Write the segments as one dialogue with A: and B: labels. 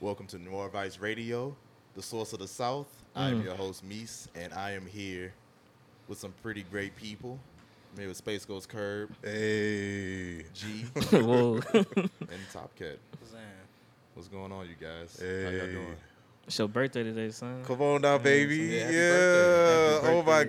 A: Welcome to Noir Vice Radio, the source of the South.
B: Mm.
A: I'm your host, Meese, and I am here with some pretty great people. Maybe with Space Ghost Curb,
B: Hey.
A: G,
C: Whoa.
A: and Top Cat. What's going on, you guys? How y'all
B: Hey.
A: doing?
C: it's your birthday today, son.
B: Come on now, baby.
A: Yeah,
B: Yeah.
A: happy birthday. Happy
B: Oh my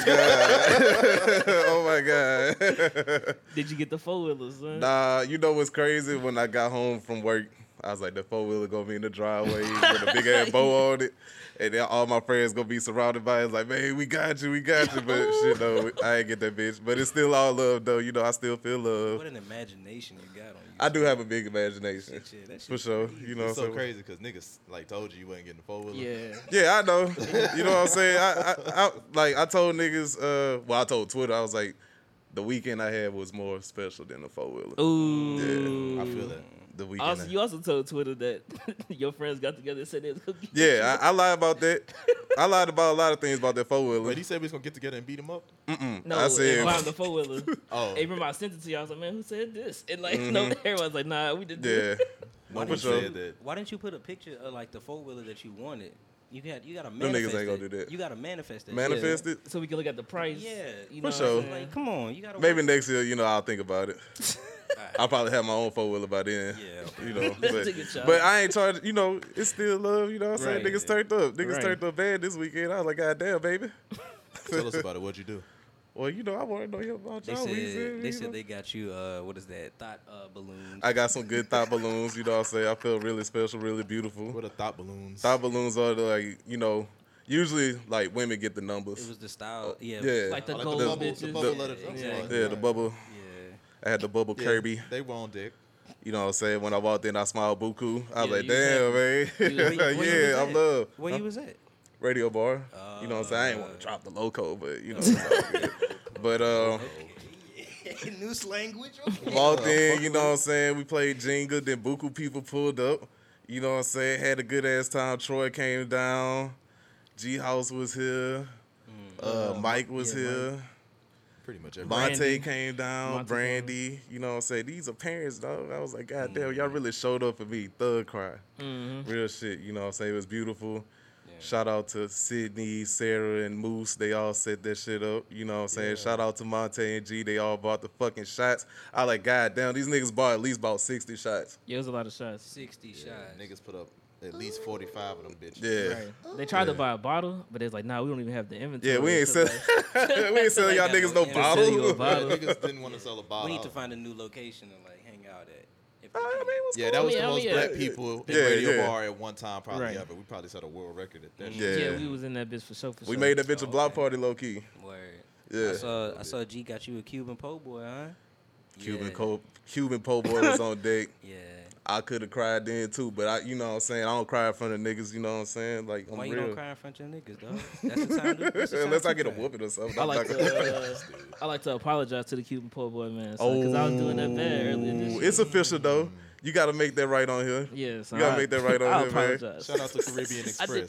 B: God. Oh my God. oh my God.
C: Did you get the four wheelers, son?
B: nah, you know what's crazy? When I got home from work, I was like, the four wheeler gonna be in the driveway with a big ass bow on it. And then all my friends gonna be surrounded by it. It's like, man, we got you, we got you. But shit, no, I ain't get that bitch. But it's still all love though. You know, I still feel
D: What
B: love.
D: an imagination you got on you.
B: I do have a big imagination.
D: Shit, yeah, that
B: For
D: shit's
B: sure.
D: crazy.
B: You know,
A: It's so
B: so-
A: crazy because niggas like told you you wasn't getting the four wheeler.
C: Yeah.
B: Yeah, I know. You know what I'm saying? I, I, I like I told niggas. Uh, well, I told Twitter. I was like, the weekend I had was more special than the four wheeler.
C: Ooh.
A: I feel that.
B: The weekend.
C: Also,
B: I-
C: you also told Twitter that your friends got together and said they was gonna get you.
B: yeah, I, I lied about that. I lied about a lot of things about that four wheeler.
A: But he said we was gonna get together and beat him up.
C: No,
B: I
C: I
B: said-
C: said climb the four wheeler.
A: Oh,
C: And remember, I sent it to you. I was like, man, who said this? And like, no,
B: Mm-hmm.
C: everyone's like, nah, we didn't. do
B: Yeah,
C: it.
A: one
B: for
A: of
B: sure.
A: them said that.
D: Why didn't you put a picture of like the four wheeler that you wanted? You got you got to
B: Them niggas
D: manifest.
B: ain't gonna
D: it.
B: do that.
D: You got to manifest that.
B: manifest it.
C: So we can look at the price.
D: Shit. Yeah,
C: You
B: For
C: know What
B: sure.
C: I'm saying?
D: Like, come on, you got to.
B: Maybe next year, you know, I'll think about it. I'll probably have my own four wheeler by then.
D: Yeah, okay.
B: You know,
C: Let's take a
B: but,
C: shot.
B: but I ain't charged. You know, it's still love. You know what I'm saying?
D: Right.
B: Niggas turned up. Niggas
C: Right.
B: turned up bad this weekend. I was like, God damn, baby.
A: Tell us about it. What'd you do?
B: Well, you know, I want to know about
D: They
B: y'all.
D: said
B: weekend,
D: they
B: you know?
D: said they got you. Uh, what is that? Thought uh, balloons.
B: I got some good thought balloons. You know what I'm saying? I feel really special, really beautiful.
A: What are thought balloons?
B: Thought balloons are the, like, you know, usually like women get the numbers.
D: it was the style. yeah,
B: yeah.
C: Like the
A: Oh, like
C: gold
A: the bubble,
C: bitches.
A: the bubble of
D: Yeah,
A: the- I'm
D: yeah,
A: sorry.
B: yeah, the bubble.
D: yeah.
B: I had the bubble
A: Yeah,
B: Kirby.
A: They were on dick.
B: You know what I'm saying? When I walked in, I smiled buku. I was
C: Yeah,
B: like,
C: you
B: damn,
C: You-
B: man.
C: where
D: you was
B: yeah,
D: at?
B: I'm love.
D: Where
B: Huh?
D: you was at?
B: Radio bar. you know what I'm saying? I ain't want
D: Uh,
B: to drop the loco, but you know. it's all good. but um,
D: New language.
B: Walked in, you know what I'm saying? We played Jenga, then Buku people pulled up. You know what I'm saying? Had a good ass time. Troy came down. G House was here. Uh, Mike was
C: yeah,
B: here.
A: Pretty much every.
B: Monte
C: Brandy.
B: came down.
C: Monte came
B: Brandy. You know what I'm saying? These are parents, dog. I was like, God damn, y'all really showed up for me. Thug cry. Real shit. You know what I'm saying? It was beautiful. Shout out to Sydney, Sarah, and Moose. They all set that shit up. You know what I'm saying? Shout out to Monte and G. They all bought the fucking shots. I like, God damn, these niggas bought at least about 60 shots.
C: Yeah, it was a lot of shots.
D: Sixty
A: Yeah,
D: shots.
A: niggas put up at least forty five of them bitches.
B: Yeah.
C: Right. They tried to buy a bottle, but it's like, nah, we don't even have the inventory.
B: Yeah, we ain't
C: So,
B: selling.
C: like,
B: we ain't selling y'all
D: They
B: niggas
D: got
B: no
D: no
C: inventory of bottle.
B: bottle.
A: Yeah, niggas didn't want to sell a bottle.
D: We need to find a new location to like hang out at. If
B: I
D: we
B: mean,
D: can.
B: what's
A: Yeah,
B: going
A: that was
C: Yeah,
A: the
C: I
A: most
C: mean,
A: black
C: yeah.
A: people in
B: Yeah,
A: Radio
B: yeah.
A: Bar at one time probably
C: Right.
A: ever. We probably set a world record at that.
B: on?
A: shit.
C: yeah,
B: Yeah.
C: we was in that bitch for sure. For
B: we
C: sure.
B: made that bitch a
D: Oh,
B: block
D: man.
B: party low key.
D: Word.
B: Yeah.
D: I saw I saw G got you a Cuban po' boy, huh?
B: Cuban
D: yeah.
B: co Cuban po' boy was on deck.
D: Yeah.
B: I could have cried then too, but I, you know what I'm saying. I don't cry in front of niggas. You know what I'm saying? Like I'm
D: Why you
B: real.
D: don't cry in front of your niggas, though? That's the time. To, that's the time
B: Unless
D: to
B: I get a
D: cry.
B: whooping or something.
C: I
B: I'm
C: like
B: not
C: to,
B: gonna-
C: uh, I like to apologize to the Cuban poor boy man, because I was doing that bad earlier this
B: Ooh,
C: year.
B: Oh, It's official though. You gotta make that right on here.
C: Mm. yeah, so
B: You gotta
C: I-
B: make that right on
C: I
B: here, man.
C: apologize.
A: Shout out to Caribbean Express.
C: I did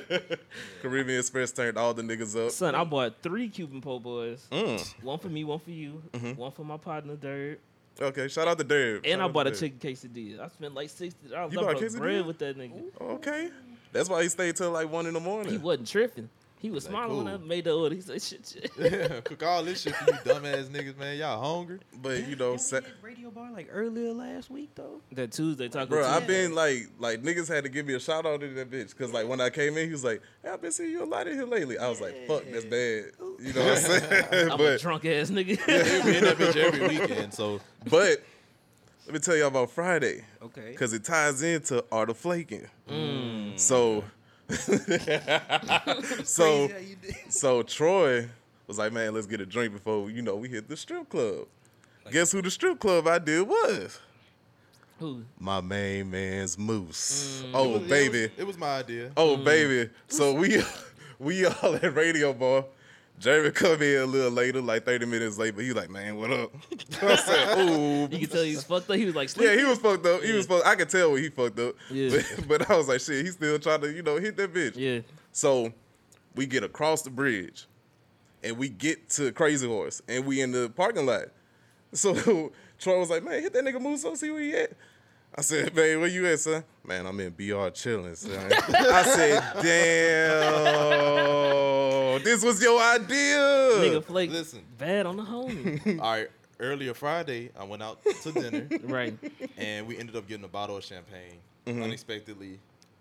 C: bad.
B: Caribbean Caribbean Express turned all the niggas up.
C: Son, I bought three Cuban po' boys.
B: Mm.
C: One for me, one for you, one for my partner Dirt,
B: Okay, Mm-hmm. shout out to Derb.
C: and
B: Shout
C: I
B: out to
C: bought a
B: Derb.
C: chicken quesadilla. I spent like sixty dollars.
B: You
C: I
B: bought a
C: broke
B: quesadilla?
C: bread with that nigga.
B: Okay, that's why he stayed till like one in the
C: He
B: morning.
C: wasn't tripping. He was
A: Like,
C: smiling when I
A: cool.
C: made the order. He said, "Shit, shit."
A: Cook all this shit for you dumbass niggas, man. Y'all hungry?
B: But you know, sa-
D: radio bar like earlier last week though.
C: That Tuesday taco.
B: Bro,
C: Tuesday.
B: I've been like, like niggas had to give me a shout out in that bitch, cause like when I came in, he was like, hey, "I've been seeing you a lot in here lately." I was like, "Fuck, that's bad," you know what I'm saying?
C: I'm a
B: but
C: drunk ass nigga.
A: We in that bitch every weekend, so
B: but let me tell y'all about Friday,
D: Okay.
B: cause it ties into art of flaking. So, so,
D: Crazy how you did.
B: so Troy was like, "Man, let's get a drink before you know we hit the strip club." Guess who the strip club I did was?
C: Who?
B: My main man's Moose. Oh baby.
A: it was, it was my idea.
B: Oh baby, so we we all at radio bar. Jeremy come in a little later, like thirty minutes late, but he like, man, what up? I said, ooh,
C: You can tell he's fucked up. He was like,
B: yeah,
C: sleep.
B: he was fucked up. He was fucked. I could tell when he fucked up.
C: Yeah.
B: But, but I was like, shit, he still trying to, you know, hit that bitch.
C: Yeah.
B: So we get across the bridge, and we get to Crazy Horse, and we in the parking lot. So Troy was like, man, hit that nigga Moose up, see where he at. I said, babe, where you at, son? Man, I'm in BR chilling, son. I said, damn, this was your idea.
C: Nigga flake
A: listen.
C: bad on the homie.
A: All right. Earlier Friday, I went out to dinner
C: right.
A: and we ended up getting a bottle of champagne unexpectedly,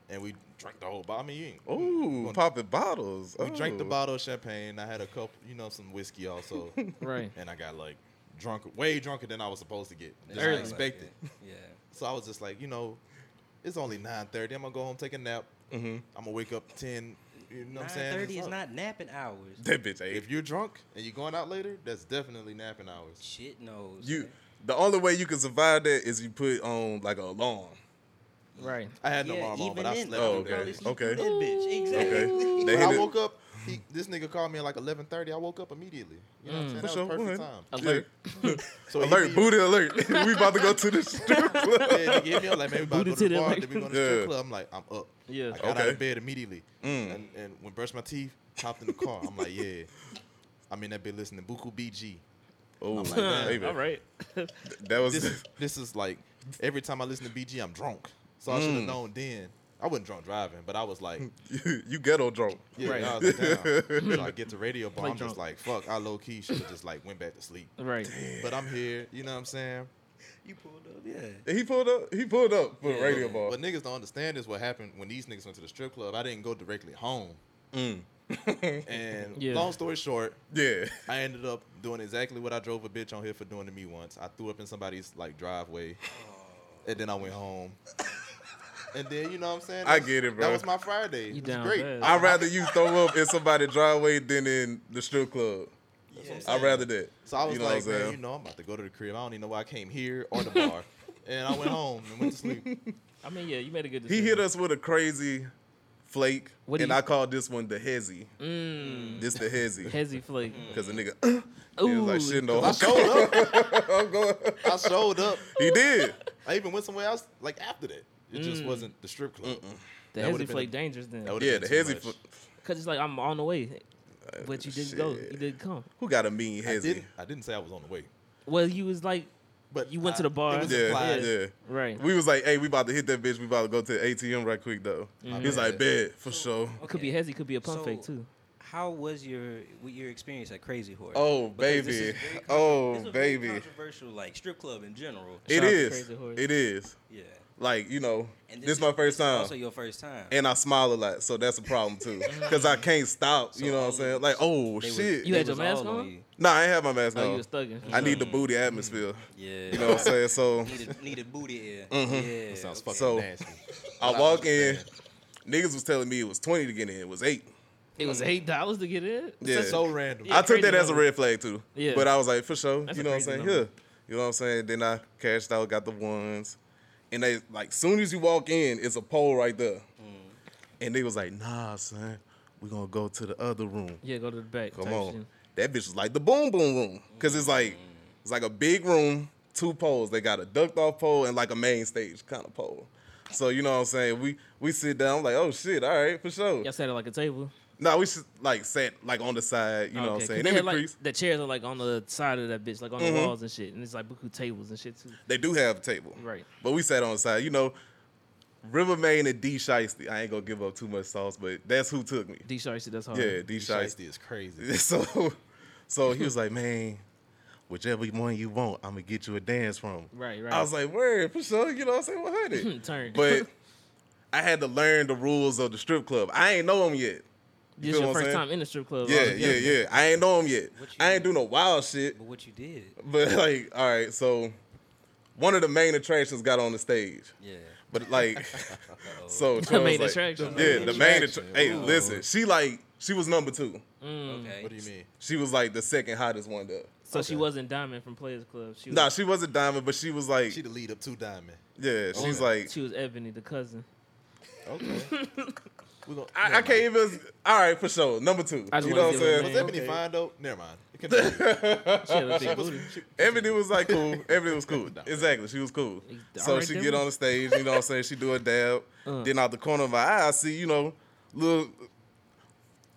A: and we drank the whole bottle. I mean, you ain't-
B: Ooh, popping bottles.
A: we drank the
B: Ooh.
A: bottle of champagne. I had a couple, you know, some whiskey also,
C: Right.
A: and I got like drunk, way drunker than I was supposed to get. Just
C: Early.
A: unexpected.
D: Yeah.
A: So I was just like, you know, it's only nine thirty. I'm gonna go home, take a nap.
B: Mm-hmm.
A: I'm gonna wake up ten. You know what I'm
D: Nine
A: saying?
D: thirty is
A: Fuck.
D: not napping hours.
B: That bitch ate.
A: If you're drunk and you're going out later, that's definitely napping hours.
D: Shit knows.
B: You,
D: man.
B: the only way you can survive that is you put on like an alarm.
C: Right.
A: I had no
D: Yeah,
A: alarm on,
D: even
A: but I
D: then,
A: slept.
D: though,
A: through
B: Oh,
D: you
A: that.
D: probably
B: okay.
D: sleep
B: Okay.
D: through that bitch.
B: Okay.
D: Exactly.
B: They
A: When
B: hit
A: I
B: it-
A: woke up, he, this nigga called me at like 11:30. I woke up immediately. You know what I'm saying?
B: Mm. For
A: That
B: sure.
A: was perfect
B: Go
A: time.
B: ahead.
C: Alert.
A: So he
B: Alert,
A: hit me-
B: booty alert. we about to go to the strip club.
A: Yeah, nigga hit me up like, man, we about to
C: Booty
A: go to
C: to
A: the
C: them,
A: bar.
C: like-
A: Then we going to the
B: Yeah.
A: strip club. I'm like, I'm up.
C: Yeah.
A: I got out
B: Okay. Mm.
A: of bed immediately. And, and when brushed my teeth, hopped in the car. I'm like, yeah. I'm in that bit listening to Buku BG.
B: Oh,
A: damn.
B: baby.
C: All right.
B: That was
A: This this is like every time I listen to BG, I'm drunk. So I should
B: Mm.
A: have known then. I wasn't drunk driving, but I was like,
B: you, you ghetto drunk.
A: yeah,
C: Right.
A: I was like, damn. So I get to radio bar.
C: Play
A: I'm just
C: drunk.
A: like, fuck, I low key should have just like went back to sleep.
C: Right.
A: But I'm here, you know what I'm saying?
D: You pulled up. Yeah.
B: He pulled up. He pulled up for the
D: Yeah.
B: radio ball.
A: What niggas don't understand is what happened when these niggas went to the strip club. I didn't go directly home.
B: Mm.
A: and
C: Yeah.
A: long story short,
B: Yeah.
A: I ended up doing exactly what I drove a bitch on here for doing to me once. I threw up in somebody's like driveway, and then I went home. and then you know what I'm saying?
B: I
A: That's-
B: get it, bro.
A: That was my Friday.
C: You
A: It was
C: down
A: great.
C: bad.
B: I'd rather you throw up in somebody's driveway than in the strip club. I'd rather that.
A: So I was
B: You know what
A: like,
B: I'm
A: man,
B: saying?
A: you know, I'm about to go to the crib. I don't even know why I came here or the bar. and I went home and went to sleep.
C: I mean, yeah, you made a good
B: He
C: decision.
B: hit us with a crazy flake,
C: What do
B: and
C: you-
B: I called this one the hezzy.
C: Mm.
B: This the hezzy.
C: Hezzy flake.
B: Because the nigga, it was
C: Ooh.
B: like, shit, no.
A: I showed up. I showed up.
B: He did.
A: I even went somewhere else. Like after that, it
C: Mm.
A: just wasn't the strip club.
C: The
A: That
C: Hezzy
A: would've been
C: flake
A: a-
C: dangerous then.
A: That would've
B: Yeah,
A: been
B: the
A: too
B: hezzy.
A: much.
B: fl-
C: Because it's like, I'm on the way. But you didn't go.
B: shit.
C: You didn't come.
B: Who got a mean
A: I
B: hezzy?
A: didn't, I didn't say I was on the way,
C: Well, you was like,
A: but
C: You went
A: I-
C: to the bar.
A: It was
B: Yeah,
A: implied.
B: yeah.
C: right.
B: We was like, hey, we about to hit that bitch. We about to go to the ATM right quick though.
C: Mm-hmm.
B: He was
A: bad.
B: like, bet for sure.
C: It could be
D: Okay.
C: Hezzy, could be a pump fake
D: So-
C: too.
D: How was your with your experience at Crazy Horse?
B: Oh
D: Because this
B: baby,
D: is very con-
B: oh
D: this is a very
B: baby,
D: Controversial, like strip club in general.
B: it
C: Shout out to
B: is,
C: Crazy Horse.
B: it is.
D: Yeah.
B: Like you know,
D: And
B: this, is my first time,
D: Also, your first time.
B: and I smile a lot, so that's a problem too,
C: Mm-hmm.
B: because I can't stop. You
D: So
B: know what
D: all
B: I'm
D: of
B: saying?
D: them-
B: Like, oh
D: They was-
B: shit,
C: You
D: they
C: had your
D: was all
C: mask on?
D: you.
B: nah, I ain't have my mask
C: Oh, you
B: on.
C: was Mm-hmm. thugging.
B: I need the booty atmosphere.
D: Yeah.
B: You know Mm-hmm. what I'm saying? So
D: needed, needed booty air. Yeah.
A: That sounds fucking
B: So-
A: nasty.
B: I walk in. Niggas was telling me it was twenty to get in. It was eight.
C: It was eight dollars to get in.
B: Yeah.
A: That's so random.
B: I took
C: crazy
B: that as a
C: number.
B: red flag too.
C: Yeah.
B: But I was like, for sure.
C: That's
B: you
C: a
B: know what I'm
C: crazy
B: saying?
C: number.
B: Yeah. You know what I'm saying? Then I cashed out, got the ones. And they like soon as you walk in, it's a pole right there.
C: Mm.
B: And they was like, nah, son, we gonna go to the other room.
C: Yeah, go to the back.
B: Come
C: type
B: on.
C: shit. Mm.
B: That bitch was like the boom boom room. Cause it's like it's like a big room, two poles. They got a ducked off pole and like a main stage kind of pole. So you know what I'm saying? We we sit down, I'm like, oh shit, all right, for sure.
C: Y'all sat at like a table.
B: No, we should like sat like on the side, you know what I'm saying? Mm-hmm. In
C: They
B: the
C: had, like,
B: crease.
C: the chairs are like on the side of that bitch, like on the walls and shit, and it's like buku tables and shit too.
B: They do have a table.
C: Right.
B: But we sat on the side. You know, River Main and D Shiesty. I ain't gonna give up too much sauce, but that's who took me.
C: Uh-huh. D Shark shit, that's hard.
B: Yeah, D Shiesty.
A: Shiesty is crazy.
B: So so he was like, Man, whichever one you want, I'm gonna get you a dance from.
C: Right, right.
B: I was like, Word, for sure, you know what I'm saying? 100.
C: Turn.
B: But I had to learn the rules of the strip club. I ain't know them yet.
C: this your
B: feel what I'm
C: first
B: saying?
C: time in the strip club.
B: Yeah, yeah,
C: altogether.
B: yeah. I ain't know them yet.
D: What you-
B: I ain't do no wild shit.
D: But what you did?
B: But like, all right, so one of the main attractions got on the stage.
D: Yeah.
B: But like, so
C: The main
B: Charles, like,
C: attraction.
B: Yeah, the main.
A: attraction.
B: attra- hey,
A: Ooh.
B: listen, she like she was number two.
C: Hmm.
D: Okay.
A: What do you mean?
B: She was like the second hottest one there.
C: So she wasn't Diamond from Players Club. She was,
B: Nah, she wasn't diamond, but she was like,
A: She the lead up to Diamond.
B: yeah, she's like,
C: she was Ebony, the cousin.
A: Okay. We're gonna,
B: I, I can't even. All right, for sure, number two.
C: I just
B: You
C: wanna
B: know what I'm
C: give her a
A: Was
B: saying?
C: name.
A: Ebony fine though? Never mind. Continue.
C: She had a big booty.
B: Everything was like cool. Everything was cool. Exactly, she was cool.
C: All
B: So
C: right,
B: she
C: then.
B: get on the stage. You know what I'm saying? She do a dab.
C: Uh.
B: Then out the corner of my eye, I see you know little.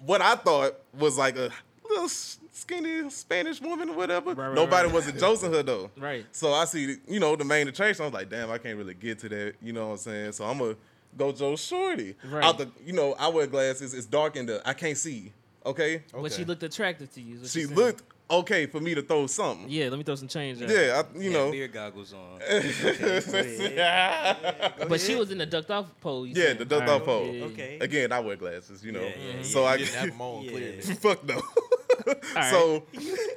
B: What I thought was like a little s- skinny Spanish woman or whatever.
C: Right, right,
B: Nobody
C: right.
B: wasn't josing her though.
C: Right.
B: So I see, you know, the main attraction. I was like, damn, I can't really get to that. You know what I'm saying? So I'm gonna go Joe Shorty.
C: Right.
B: Out the, you know, I wear glasses. It's dark in the. I can't see. Okay.
C: But she
A: Okay.
C: looked attractive to Oh, you. is what
B: She
C: you're saying.
B: looked okay for me to throw something.
C: Yeah, let me throw some change. at her.
B: Yeah, I, you
D: Had
B: know.
D: beer goggles on.
C: But she was in the ducked off pole. you
B: Yeah,
C: said.
B: the ducked
C: Alright.
B: off pole.
C: Yeah.
D: Okay.
B: Again, I wear glasses, you know.
D: Yeah, yeah,
B: so
A: yeah,
B: Oh, I
A: you didn't have them on
D: Yeah.
A: clearly.
B: fuck no.
C: right.
B: So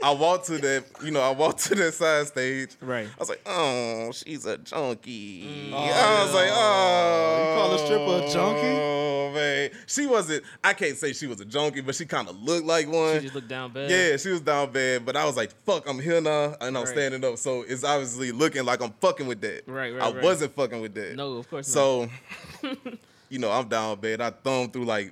B: I walked to that, you know, I walked to that side stage.
C: Right.
B: I was like, oh, she's a junkie.
A: Oh,
B: I was like, oh,
A: You call a stripper a junkie?
B: Oh man, she wasn't. I can't say she was a junkie, but she kind of looked like
C: She
B: one.
C: just looked down bad.
B: Yeah, she was down bad, but I was like, fuck, I'm here now, and I'm
C: Right.
B: standing up. So it's obviously looking like I'm fucking with that.
C: Right, right,
B: I
C: right.
B: wasn't fucking with that.
C: No, of course not.
B: So, you know, I'm down bad. I thumbed through like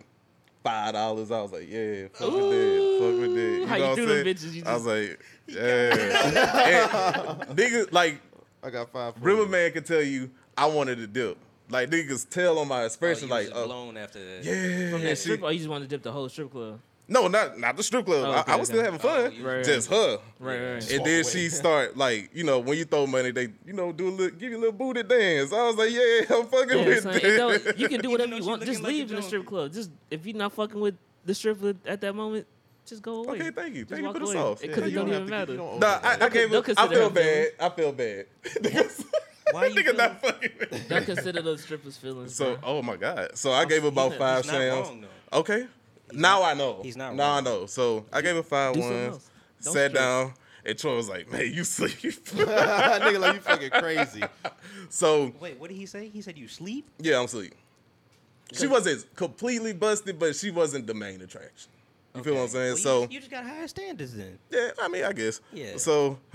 B: five dollars. I was like, yeah, fuck with that, fuck with that.
C: Ooh, how you
B: know what
C: do
B: I'm
C: them
B: saying?
C: bitches, you
B: I
C: just-
B: was like, yeah. And niggas, like
A: I got five. for
B: River
A: you.
B: Man could tell you, I wanted to dip. Like niggas tell on my
D: Oh,
B: expression,
D: you was
B: like, oh,
D: blown after that.
B: yeah.
C: From that
B: she-
C: strip, oh, you just want to dip the whole strip club.
B: no, not not the strip club.
C: Oh,
B: I-
C: okay,
B: I, was still
C: okay.
B: having
D: Oh,
B: fun.
D: you-
C: Right,
B: Just her.
C: Right, right, right.
B: And
A: Walk
B: then
A: away.
B: she start like, you know, when you throw money, they, you know, do a little, give you a little booty dance. I was like, yeah, I'm fucking
C: Yeah,
B: with
C: son,
B: that.
C: it don't- you can do whatever
D: though
C: you
D: she
C: want.
D: looking
C: Just
D: like a
C: leave in the strip
D: junkie.
C: club. Just if you're not fucking with the stripper at that moment, just go away.
B: Okay, thank you.
C: Just
B: Thank you
C: walk
B: for the
C: away.
B: sauce.
C: It
B: Yeah,
C: could
A: You
C: have
A: don't
C: don't
A: have
C: even
A: to- you
C: matter.
A: don't owe
B: Nah,
A: nobody.
B: I, I gave.
C: Don't
B: it- I
C: consider
B: feel
C: them
B: bad. I feel bad.
D: Why you
B: Nigga
D: feel-
B: not fucking. with me.
C: Don't consider those strippers' feelings.
B: So,
C: So
B: oh my god. So I gave
D: He's
B: about
D: not-
B: five
D: he's not
B: shams.
D: wrong,
B: Okay. Now I know.
D: He's not
B: Now I
D: wrong.
B: know. So I gave it five
C: Do something
B: ones.
C: else. Don't
B: Sat
C: strip.
B: down. And Troy was like, "Man, you sleep."
A: nigga, like you fucking crazy.
B: so
D: Wait, what did he say? He said you sleep.
B: yeah, I'm sleep. She wasn't completely busted, but she wasn't the main attraction. You feel what I'm saying?
D: Well, you-
B: so
D: you, just got higher standards then.
B: yeah, I mean, I guess.
D: Yeah.
B: So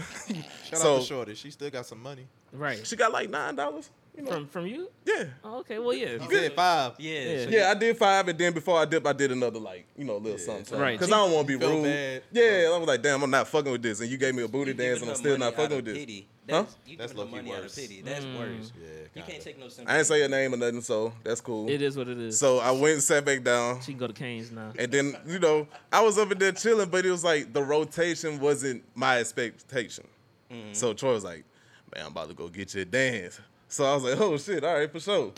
A: Shout
B: So-
A: out to Shorty. She still got some money.
C: right
B: she got like nine dollars. You know?
C: from from you.
B: Yeah.
C: Oh, okay, well yeah.
A: You said five.
D: Yeah.
C: Yeah.
D: so
B: Yeah, I did five, and then before I dip, I did another like you know little something, something.
C: Right.
B: Because I don't want to be
A: felt
B: rude.
A: bad.
B: Yeah, I was like, damn, I'm not fucking with this, and you gave me a booty
D: you
B: dance, and
D: giving
B: I'm
D: her
B: still
D: money
B: not fucking
D: out
B: with
D: of
B: this.
D: pity.
B: Huh?
D: That's, you
A: That's
D: giving her
A: low-key
D: money out of
A: worse.
D: pity. That's
C: Hmm.
D: worse.
A: Yeah,
D: You
A: kinda.
D: can't take no
B: I
D: sympathy.
B: didn't say her name or nothing, so that's cool.
C: It is what it is.
B: So I went and sat back down,
C: she can go to Canes now.
B: and then you know I was up in there chilling, but it was like the rotation wasn't my expectation. So Troy was like, man, I'm about to go get you a dance. So I was like, oh shit, all right for sure.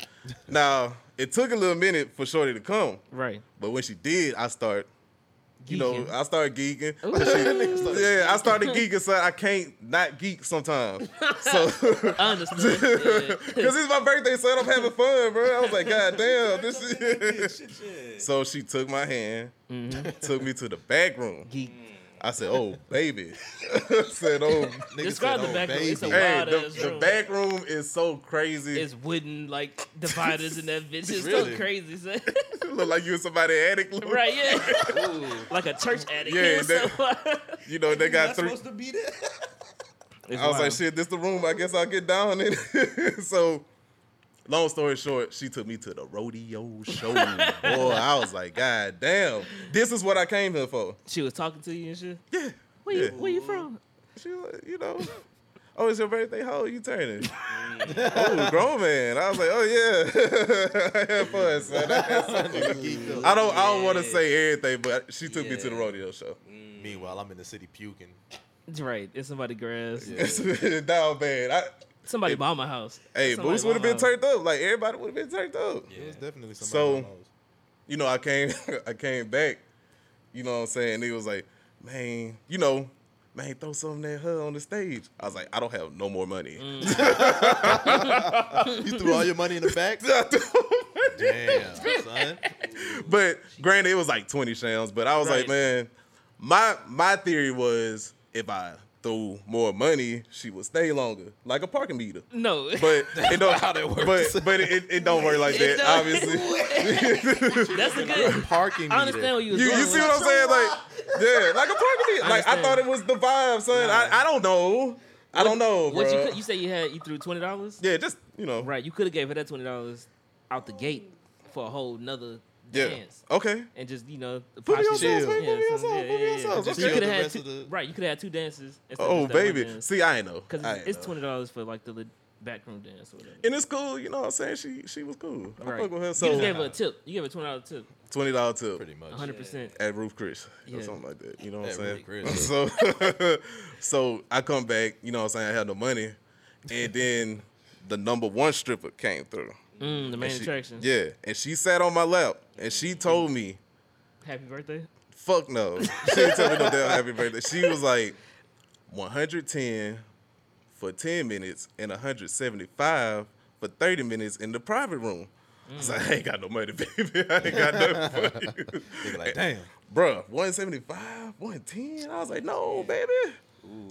B: now it took a little minute for Shorty to come,
C: Right.
B: but when she did, I start. You know,
C: Geeking.
B: I started geeking.
C: Ooh,
B: Yeah, I started geeking, so I can't not geek sometimes. So, because
C: I understand.
B: it's my birthday, so I'm having fun, bro. I was like, God damn, this is. so she took my hand,
C: Mm-hmm.
B: took me to the back room.
C: Geek.
B: I said, "Oh, baby," I said, "Oh."
A: Nigga said,
C: Describe the
A: "Oh,
C: back room. It's
A: baby."
C: a-
B: Hey, the,
C: Wild-ass
B: the
C: room.
B: back room is so crazy.
C: It's wooden like dividers in that bitch. It's so
A: Really?
C: crazy. son.
B: It look like you in somebody's attic. Lou.
C: right, yeah. like a church attic.
B: Yeah,
C: Yeah,
B: You know they got three.
D: to be there.
B: I was like, "Shit, this the room. I guess I'll get down in." it." so, long story short, she took me to the rodeo show. Boy, I was like, "God damn, this is what I came here for."
C: She was talking to you and shit. Yeah. Where you,
B: yeah.
C: where you from?
B: She, was like, you know, oh, it's your birthday. How old you turning? oh, grown man. I was like, oh yeah, I had fun. Son.
A: Geeked up.
B: I don't, I don't want to
D: Yeah.
B: say everything, but she took me to the
D: Yeah.
B: rodeo show.
A: Meanwhile, I'm in the city puking.
C: Right. It's somebody grass.
B: down bad. I,
C: Somebody
B: Hey.
C: bought my house.
B: hey,
C: Somebody
B: Boots would have been
C: bought my house.
B: turned up. Like everybody would have been turned up.
A: It was definitely somebody.
B: So-
A: on those.
B: you know, I came, I came back. You know what I'm saying? And he was like, man, you know, man, throw something at her on the stage. I was like, I don't have no more money.
A: You threw all your money in the back? Damn, son.
B: but granted, it was like 20 shams. But I was like,
C: Right.
B: man, my my theory was if I threw more money, she would stay longer, like a parking meter.
C: No.
B: But it don't how that works. But, but it, it don't work like
C: It
B: that,
C: don't-
B: obviously.
C: That's a good.
A: Parking meter.
C: I understand what you was
B: You,
C: going
B: you
C: with.
B: see what I'm saying? Like, yeah, like a parking meter. Like I
C: understand.
B: thought it was the vibe, son. I, I don't know. I don't know, bro.
C: What you could, you say you had you threw twenty dollars?
B: yeah, just you know.
C: Right, you could have gave her that twenty dollars out the gate for a whole nother
B: Yeah.
C: dance.
B: Okay.
C: And just you know,
B: Put me
C: possibly-
B: on sauce,
A: chill.
B: man. Put me
C: so-
B: on sauce. Put me on sauce.
A: Just
C: You
A: chill
B: Okay.
C: could
A: the
C: have had
A: rest
C: two,
A: of the-
C: right. You could have had two dances. instead of
B: Oh
C: just that one
B: baby.
C: dance.
B: See, I ain't know.
C: Because
B: I
C: it's,
B: ain't
C: it's
B: know.
C: twenty dollars for like the le- backroom dance or whatever.
B: And it's cool, you know what I'm saying? She she was cool. I
D: Right.
B: fuck with
C: you
B: her.
C: just gave
B: So
C: her a tip. You gave her a twenty dollar tip.
B: twenty dollar tip.
A: Pretty much.
C: One hundred percent.
B: at Roof Chris
C: Yeah.
B: or something like that. You know what I'm
A: At
B: saying?
A: Ruth Chris.
B: So so I come back, you know what I'm saying? I had the money. And then the number one stripper came through.
C: Mm, the main
B: And she-
C: attraction.
B: Yeah. And she sat on my lap and she told me,
C: Happy birthday.
B: fuck no. She didn't tell me no damn happy birthday. She was like, 110 for 10 minutes and 175 for 30 minutes in the private room. I was like, I ain't got no money, baby. I ain't got nothing for you.
A: They be like, damn.
B: Bruh, 175, 110. I was like, no, baby.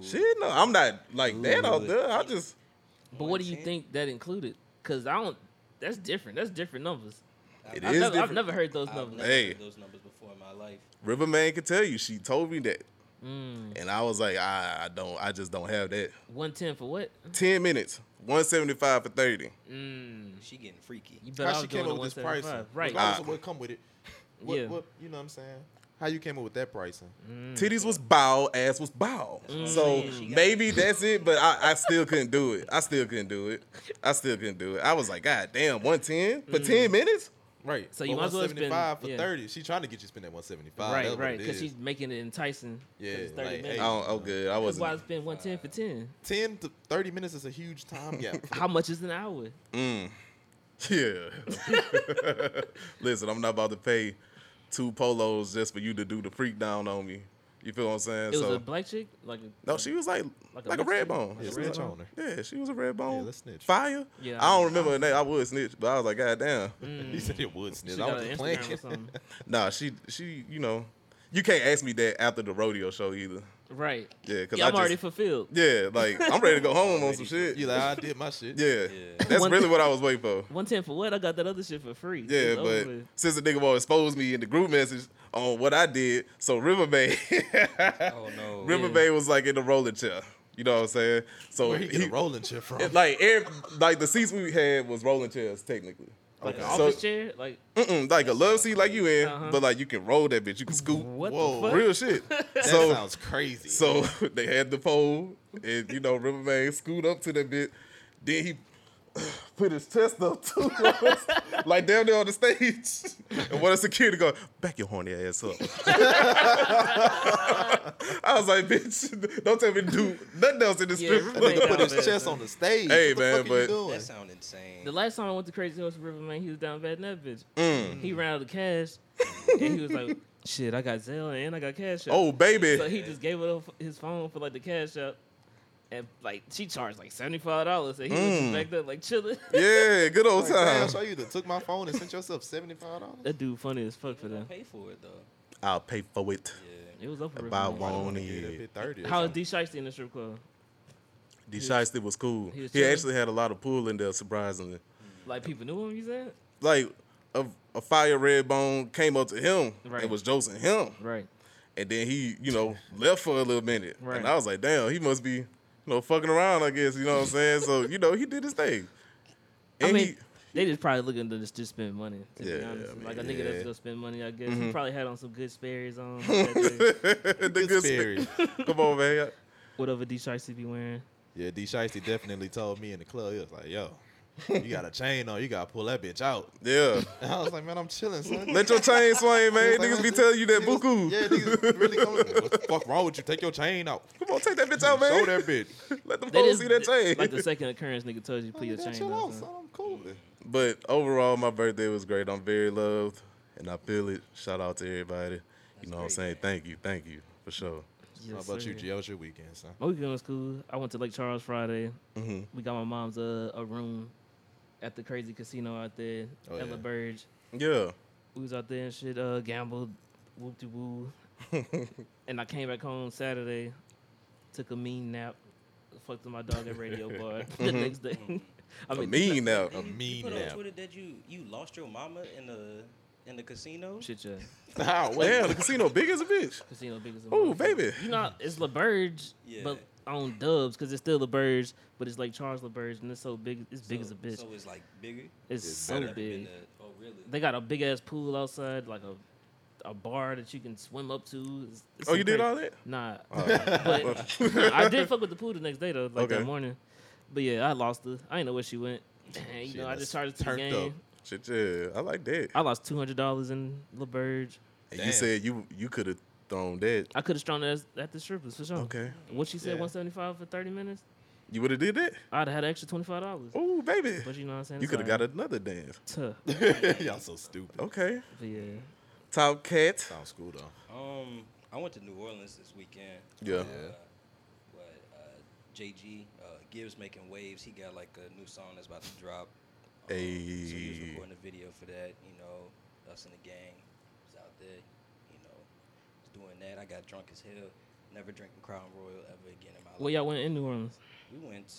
B: Shit, no. I'm not like that out there. I just,
C: But what do you
D: 110?
C: think that included? Because I don't. That's different. That's different numbers.
B: it
C: I've
B: is
C: never, I've
B: different.
C: never heard those
D: I've
C: numbers.
D: never
B: Hey.
D: heard those numbers before in my life.
B: Riverman could tell you. She told me that.
C: Mm,
B: And I was like, I, I don't, I just don't have that.
C: one ten for what?
B: 10 minutes, 175 for 30.
C: Mm,
D: She getting freaky.
C: you better
A: How
C: off
A: she
C: doing
A: came
C: the
A: up
C: one
A: with this pricing?
C: seventy five. Right.
A: Regardless
B: Ah.
A: of what come with it. What,
C: Yeah. Mm-hmm.
A: what, you know what I'm saying? How you came up with that pricing?
B: Titties was bow, ass was bow. So
D: saying. She got-
B: maybe that's it, but I, I still couldn't do it. I still couldn't do it. I still couldn't do it. I was like, God damn, 110 for 10 minutes?
A: Right.
C: So you
A: But
C: might as well spend-
A: 175 for
C: yeah.
A: 30. She trying to get you to spend that 175. That's
C: Right,
A: what
C: right,
A: it
C: because
A: is.
C: she's making it enticing. 'cause
A: Yeah,
C: it's 30
A: like, hey,
C: minutes.
B: I don't, oh, good. I
C: That's why I
B: wasn't.
C: spend one ten for ten.
A: 10 to 30 minutes is a huge time gap.
C: How much is an hour?
B: Yeah. Listen, I'm not about to pay two polos just for you to do the freak down on me. You feel what I'm saying?
C: It was
B: so
C: a black chick, like a,
B: no, she was like
C: Like
B: like
C: a
B: a,
C: mixtape?
B: red
A: Yeah,
B: bone. She was
A: snitch
B: like-
A: on her.
B: Yeah, she was a red bone.
A: let's snitch.
B: Fire.
C: Yeah,
B: I
C: I-
B: don't remember her name. I would snitch, but I was like, God damn.
A: he said it would
C: Mm. she
A: snitch. I
C: got
A: was
C: an
A: just
C: Instagram
A: playing.
C: or something.
B: Nah, she she you know, you can't ask me that after the rodeo show either.
C: Right.
B: Yeah, because
C: Yeah,
B: I
C: I'm
B: just,
C: already fulfilled.
B: yeah, like I'm ready to go home on some shit.
A: You like, I did my shit.
B: Yeah,
D: Yeah.
B: that's
C: One-
B: really what I was waiting for.
C: One ten for what? I got that other shit for free.
B: Yeah,
C: It's over
B: but
C: with.
B: since the nigga will expose me in the group message on what I did, so River Bay,
D: Oh no.
B: River
C: Yeah.
B: Bay was like in the rolling chair. You know what I'm saying? So
A: Where he get
B: he-
A: a rolling chip from?
B: it- like every, like the seats we had was rolling chairs technically.
C: Like an
B: So-
C: office chair, like
B: Mm-mm, like a love seat like you in,
C: Uh-huh.
B: but like you can roll that bitch, you can scoop.
C: what
A: Whoa,
C: the fuck?
B: Real shit.
A: that
B: so
A: sounds crazy.
B: So they had the pole, and you know, Riverman scoot up to that bit. Then he put his chest up too, like down there on the stage. And one of the security go, back your horny ass up. I was like, bitch, don't tell me to do nothing else in this
C: Yeah,
B: strip.
C: Riverman
B: club."
A: Nigga put his
C: Down
A: chest
C: there.
A: on the stage.
B: Hey,
A: what the
B: man,
A: fuck are you
B: but-
A: doing?
D: That sound insane.
C: The last time I went to Crazy Horse Riverman, he was down bad in that bitch.
B: Mm.
C: He ran out of cash, and he was like, "Shit, I got Zelle and I got cash." App."
B: oh, baby.
C: So he just gave it up his phone for like the cash out, and like she charged like seventy five dollars, and he was just
B: Mm.
C: back there like chilling.
B: yeah, good old
A: Like, damn,
B: time.
A: so you done took my phone and sent yourself seventy five dollars.
C: that dude funny as fuck for
D: They don't
C: that.
D: pay for it though.
B: I'll pay for it.
D: Yeah.
C: It was up for
B: If I
C: Riverman.
B: want- Phone it.
A: thirty. or
C: How is
A: something.
C: D Shiesty in the strip club?
B: D. Shiesty was cool.
C: He
B: He,
C: was chilling.
B: actually had a lot of pool in there, surprisingly.
C: Like people knew him, you said?
B: Like, a, a fire red bone came up to him
C: Right.
B: and was josing him.
C: Right.
B: And then he, you know, left for a little minute.
C: Right.
B: And I was like, damn, he must be, you know, fucking around, I guess. You know what I'm saying? So, you know, he did his thing. And
C: I mean,
B: he,
C: they just probably looking to just, just spend money. To be
B: Yeah,
C: honest,
B: I mean,
C: like a nigga that's
B: yeah. Mm-hmm.
C: gonna spend money, I guess. He probably had on some good Sperry's on, that day.
B: the
A: Good
B: good
A: spirit.
B: spirit. Come on, man.
C: whatever D Shiesty be wearing.
A: Yeah, D. Shiesty definitely told me in the club. He was like, "Yo, you got a chain on. You got to pull that bitch out."
B: Yeah.
A: And I was like, "Man, I'm chilling, son."
B: Let your chain swing, man.
A: He was like,
B: niggas be
A: "Niggas-
B: telling you that
A: niggas-
B: buku.
A: Yeah, niggas really coming. What the fuck wrong with you? Take your chain out.
B: Come on, take that bitch out,
A: Show
B: man.
A: that bitch.
B: Let them
C: That
B: folks
C: is
B: Oh, see that chain. Oh,
C: like the second occurrence nigga told you to put your
A: Nigga,
C: chain
A: chill
C: on.
A: out,
C: son.
A: son. I'm cool.
B: But overall, my birthday was great. I'm very loved and I feel it. Shout out to everybody. you know what I'm
D: great,
B: saying? Thank you. Tthank you for sure.
C: Yes,
A: How about you,
C: sir.
A: G? How was your weekend, son?
C: My weekend was cool. I went to Lake Charles Friday.
A: Mm-hmm.
C: We got my mom's uh, a room at the crazy casino out there,
A: Oh,
C: Ella
A: yeah.
C: Burge.
B: Yeah.
C: We was out there and shit, uh, gambled, whoop de woo. and I came back home Saturday, took a mean nap, fucked with my dog at Radio Bar the next day. I
B: I
C: mean,
B: mean, now.
D: Didn't you-
A: mean
D: you put
A: nap.
D: on Twitter that you you lost your mama in the in the casino.
C: Shit, yeah.
A: How?
B: Damn, the casino big as a bitch.
C: Casino big as a
B: Oh,
C: motherfucker.
B: baby.
C: You know, it's LaBerge,
D: Yeah.
C: but on dubs, because it's still LaBerge, but it's like Charles LaBerge, and it's so big, it's big
D: So-
C: as a bitch.
D: So it's like bigger.
C: it's
A: it's
C: so
A: better
D: Never been
C: big.
D: to- oh really?
C: They got a big ass pool outside, like a a bar that you can swim up to. It's- it's
B: Oh,
C: some
B: you did
C: cra-
B: all that? Oh,
C: Nah, but I did fuck with the pool the next day though, like that
B: Okay.
C: morning. But yeah, I lost her. I didn't know where she went. And, you
A: She
C: know, I
A: must
C: just started to the
A: turned
C: game.
A: up.
B: Shit, yeah, I like that.
C: I lost two hundred dollars in LaBurge.
B: And
A: Damn.
B: you said you you could have thrown that.
C: I could have strung that at the strippers for sure.
B: Okay,
C: What she said,
A: Yeah.
C: one seventy five for thirty minutes.
B: you would have did that.
C: I'd have had an extra twenty five dollars.
B: Oh, baby,
C: But you know what I'm saying?
B: you could have got another dance.
C: Tough.
A: Y'all so stupid.
B: Okay,
C: But yeah,
B: top cat.
A: Sounds cool though.
D: Um, I went to New Orleans this weekend.
B: Yeah.
D: Uh, but uh, JG uh, Gibbs making waves. He got like a new song that's about to drop. Um, so he was
B: Ayy.
D: recording a video for that. You know, us in the gang was out there. You know, was doing that. I got drunk as hell. Never drinking Crown Royal ever again in my life.
C: well, y'all went in New Orleans.
D: We went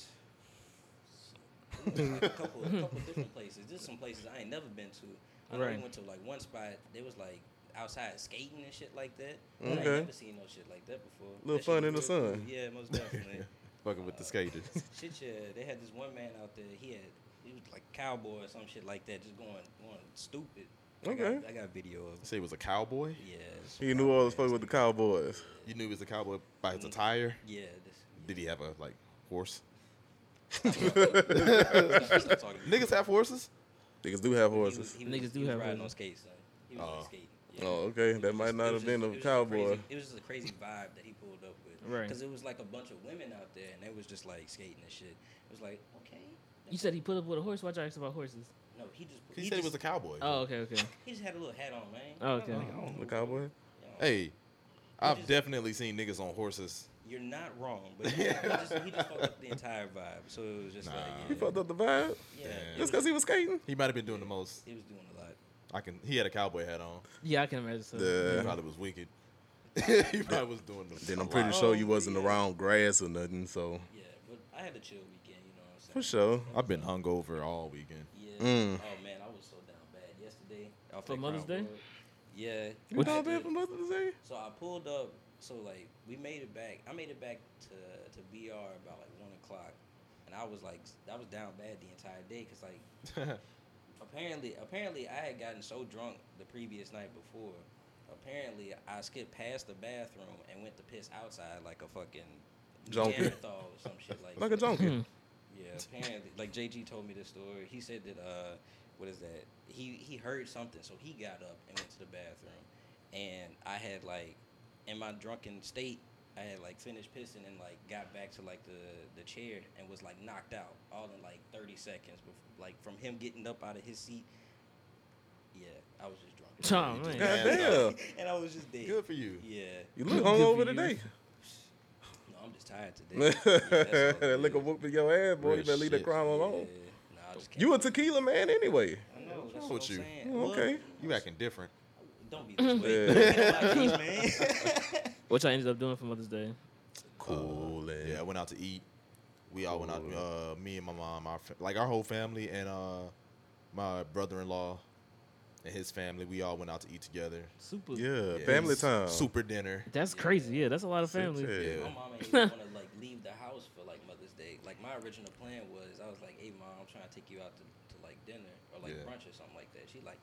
D: we went, like, a couple, a couple different places. Just some places I ain't never been to. I know
C: Right.
D: we went to like one spot. They was like outside skating and shit like that. I ain't
B: Okay.
D: never seen no shit like that before.
B: Little
D: That shit
B: fun
D: was
B: in the
D: real cool.
B: sun.
D: Yeah, most definitely.
A: Fucking with the skaters.
D: shit, yeah. They had this one man out there. He had he was like cowboy or some shit like that, just going going stupid. I
B: Okay.
D: got, I got video of. it.
A: Say he was a cowboy.
D: Yeah. it's
B: He knew all was fucking
D: probably-
B: with the Cowboys.
A: You knew he was a cowboy by his attire.
D: Yeah. This,
A: Did he have a like horse?
D: Stop talking.
A: Niggas have horses.
B: Niggas do have
D: He was-
B: horses.
D: he
C: Niggas
D: was-
C: do
D: he was
C: have
D: riding
C: horses.
D: on skates. Son. He was
A: Oh.
D: on skates. Yeah.
B: Oh, okay. That
D: It was
B: might
D: just-
B: not
D: it was
B: have been
D: just-
B: a
D: it was just
B: cowboy.
D: crazy- it was just a crazy vibe that he pulled up with.
C: Right.
D: Because it was like a bunch of women out there, and they was just like skating and shit. It was like, okay.
C: You said he put up with a horse. Why'd you ask about horses?
D: No, he just.
A: He, said he
D: just,
A: was a cowboy.
C: Oh, okay, okay.
D: He just had a little hat on, man.
C: Oh, okay.
D: I was like, I don't
B: The
D: know.
B: cowboy.
D: You know,
A: Hey, I've
D: just-
A: definitely seen niggas on horses.
D: You're not wrong, but he just, he just fucked up the entire vibe. So it was just like,
A: Nah.
D: yeah,
B: He fucked up the vibe
D: yeah,
A: Damn.
D: it
B: just
D: was,
B: because he was skating.
A: He might have been doing the most.
D: it was doing a lot.
A: I can. He had a cowboy hat on.
C: Yeah, I can imagine. So.
A: He
B: The-
A: probably was wicked. he probably was doing the.
B: Then
A: a
B: I'm pretty
A: lot.
B: sure you
D: Oh,
B: wasn't
D: yeah.
B: around grass or nothing. So
D: Yeah, but I had a chill weekend. You know what I'm saying?
B: for sure.
A: I've been hungover all weekend.
D: Yeah.
B: Mm.
D: Oh man, I was so down bad yesterday. off
C: For
D: at
C: Mother's
D: Crown
C: Day?
D: Royal. Yeah.
B: You
D: I
B: know
D: had
B: that
D: to-
B: from Mother's Day?
D: So I pulled up. So like we made it back. I made it back to to BR about like one o'clock, and I was like, I was down bad the entire day because like apparently apparently I had gotten so drunk the previous night before. Apparently I skipped past the bathroom and went to piss outside like a fucking
B: Junkie.
D: Neanderthal or some shit like
B: Like a
D: that.
B: junkie.
D: Yeah, apparently, like JG told me this story. He said that uh, what is that? He he heard something, so he got up and went to the bathroom, and I had like, in my drunken state, I had like finished pissing and like got back to like the the chair and was like knocked out all in like thirty seconds, bef- like from him getting up out of his seat. Yeah, I was just
C: Oh,
D: drunk.
C: man.
B: God
A: Yeah, so-
B: damn.
D: and I was just dead.
A: Good for you.
D: Yeah,
B: You look
C: Good for
B: hungover
C: you.
B: today.
D: no, I'm just tired today. Yeah, that's all
B: that
D: good.
B: liquor whooping your ass, boy.
A: Real
B: You better leave that
A: shit.
B: crime
D: Yeah,
B: alone.
D: nah, I just can't
B: You a tequila man anyway.
D: I know.
A: wrong
D: That's
A: with
D: what
A: you?
D: I'm saying.
B: Oh,
D: Well,
B: okay.
A: You acting different.
D: Don't be this way.
B: Yeah.
D: Don't be like this, man.
C: Which I ended up doing for Mother's Day.
B: Cool.
A: Uh,
B: eh?
A: Yeah, I went out to eat. We all went out. Uh, me and my mom, our fa- like our whole family, and uh, my brother-in-law and his family. We all went out to eat together.
C: Super.
B: Yeah,
A: Yeah,
B: family
A: it's
B: time.
A: Super dinner.
C: That's
D: Yeah.
C: crazy. Yeah, that's a lot of
B: Shit,
C: family.
B: yeah.
A: Yeah.
D: My mom ain't even want to like leave the house for like Mother's Day. Like my original plan was, I was like, "Hey mom, I'm trying to take you out to, to like dinner or like
A: Yeah.
D: brunch or something like that." She like,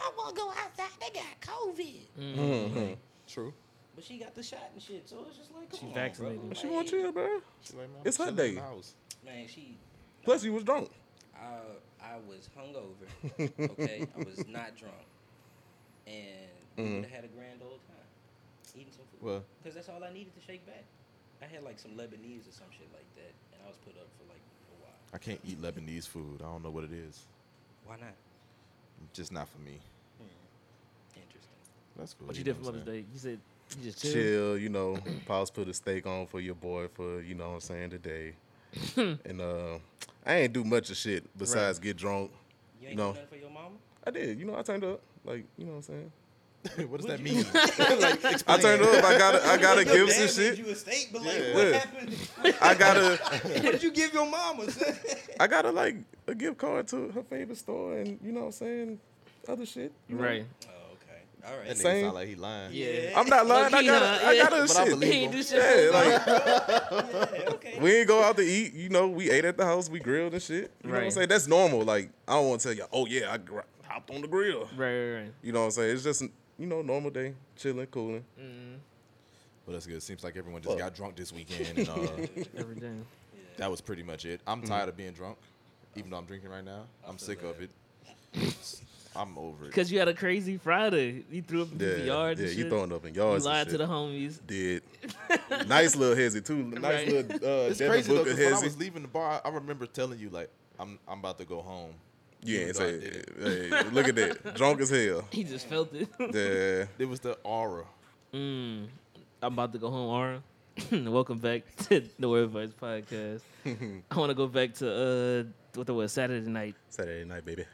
D: "I want to go outside. They got COVID."
C: Mm.
B: Mhm.
A: True.
D: But she got the shot and shit, so it's just like, come
C: She
D: on,
C: vaccinated.
D: Bro.
C: But
B: She want chill, bro. It's her day.
D: Man, she.
B: Plus, you was drunk.
D: I I was hungover. Okay, I was not drunk, and we
B: Mhm.
D: would have had a grand old time eating some food.
A: Well,
D: Because that's all I needed to shake back. I had like some Lebanese or some shit like that, and I was put up for like a while.
A: I can't eat Lebanese food. I don't know what it is.
D: Why not?
A: Just not for me.
D: Interesting.
A: That's cool.
C: What you
A: know
C: did for
A: what I'm
C: Mother's
A: saying?
C: Day? You said you just
B: Chill,
C: chill.
B: you know. Paul's put a steak on for your boy for you know what I'm saying today. and uh, I ain't do much of shit besides get drunk.
D: You ain't
B: No.
D: do nothing for your mama?
B: I did, you know. I turned up, like you know what I'm saying.
A: what does that mean?
B: I turned up. I gotta, I gotta give
D: Your dad
B: some
D: made
B: shit.
D: You a steak, but like,
A: Yeah.
D: what
B: Yeah.
D: happened?
B: I gotta,
D: what did you give your mama? Oh, son?
B: I gotta like a gift card to her favorite store, and you know what I'm saying, other shit. you know?
C: Right.
D: oh, okay.
A: that
D: All
A: nigga
D: right.
B: Same.
A: sound like he lying.
D: Yeah.
B: I'm not lying. I
C: Low-key,
B: gotta,
C: huh?
B: I
C: Yeah.
B: gotta
A: But I
B: shit.
A: believe-
C: He ain't do shit.
B: Yeah, like
D: yeah, okay.
B: We ain't go out to eat. You know, we ate at the house. We grilled and shit. You know what I'm
C: Right.
B: saying? That's normal. Like, I don't want to tell you, oh, yeah, I gr- hopped on the grill.
C: right, right, right.
B: You know what I'm saying? It's just, you know, normal day, chilling, cooling.
C: Mm.
A: Well, that's good. Seems like everyone just
B: Fuck.
A: got drunk this weekend. And, uh,
C: Every day.
D: Yeah.
A: That was pretty much it. I'm tired of being drunk, even though I'm drinking right now.
D: I
A: I'm
D: feel
A: sick of
D: that.
A: it. I'm over it.
C: Because you had a crazy Friday. You threw up in
B: Yeah,
C: the yard.
B: yeah,
C: and
B: you
C: shit.
B: throwing up in
C: You
B: yards. and
C: lied to
B: shit.
C: the homies.
B: Did. nice little hezzy too. Nice
C: Right.
B: little uh,
A: It's
B: Devin
A: crazy though,
B: Booker
A: 'cause when I
B: hezzy.
A: was leaving the bar, I remember telling you like, I'm I'm about to go home.
B: you
A: even
B: ain't
A: though I
B: say.
A: did it.
B: Hey, look at that. Drunk as hell.
C: He just felt it.
B: Yeah.
A: It was the aura.
C: Mm, I'm about to go home, Aura. Welcome back to the Word Advice Podcast. I want to go back to uh, what the was Saturday night.
B: Saturday night, baby.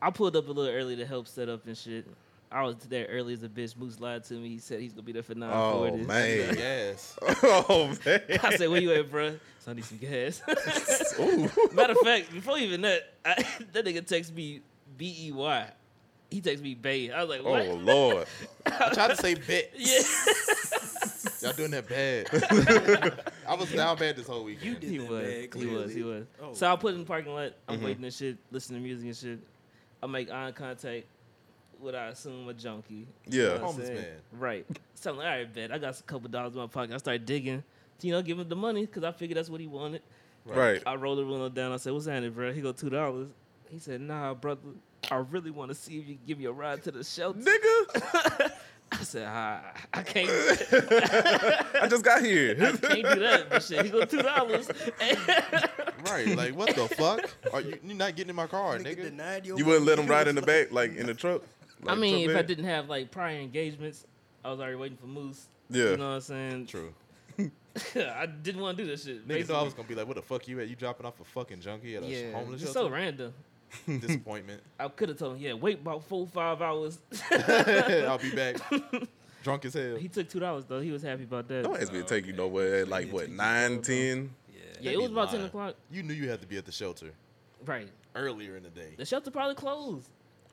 C: I pulled up a little early to help set up and shit. I was there early as a bitch. Moose lied to me. He said he's gonna be there for nine
B: Oh,
C: forty.
B: man. Hey.
A: Yes.
B: oh man.
C: I said, "Where you at, bro? So I need some gas."
B: Ooh.
C: Matter of fact, before even that, I, that nigga text me B E Y. He text me Bay. I was like,
B: Oh
C: "What?"
B: Lord.
A: I tried to say bet.
C: Yeah,
A: Y'all doing that bad. I was down bad this whole weekend.
D: You did.
C: he
D: that
C: was.
D: bad,
C: he was. He
D: clearly.
C: was.
D: Oh,
C: so I put in the parking lot. I'm
B: Mm-hmm.
C: waiting and shit, listening to music and shit. I make eye contact. with I assume a junkie?
B: Yeah.
C: what I'm
A: Homeless
C: saying?
A: man.
C: Right. So I'm like, all right, bet. I got a couple dollars in my pocket. I started digging. You know, give him the money because I figured that's what he wanted.
B: Right.
C: I rolled the window down. I said, "What's happening, bro?" He go two dollars. He said, "Nah, brother. I really want to see if you can give me a ride to the shelter."
B: Nigga,
C: I said, ah, "I can't,
B: I just got
C: I
B: here.
C: can't do that." But shit, he go two dollars.
A: Right. Like what the fuck? Are you you not getting in my car, nigga?
D: denied your
B: You wouldn't let him
D: money.
B: ride in the back, like in the truck.
C: I
B: Like,
C: mean,
B: truck
C: if I
B: bed?
C: didn't have like prior engagements, I was already waiting for Moose.
B: Yeah.
C: You know what I'm saying?
A: True.
C: I didn't want to do this shit.
A: Nigga thought I was
C: basically.
A: gonna be like, what the fuck you at? You dropping off a fucking junkie at a
C: yeah,
A: homeless
C: it's
A: shelter?
C: so random.
A: Disappointment.
C: I could have told him, yeah, wait about four five hours.
A: I'll be back. Drunk as hell.
C: he took two dollars though. He was happy about that.
B: Don't ask me to
D: Oh,
B: take you
D: okay.
B: nowhere at like
D: Yeah,
B: what
D: take you
B: nine, ten.
C: yeah,
A: They
C: it was
A: be
C: about ten
A: lying.
C: o'clock.
A: You knew you had to be at the shelter
C: Right.
A: earlier in the day.
C: The shelter probably closed.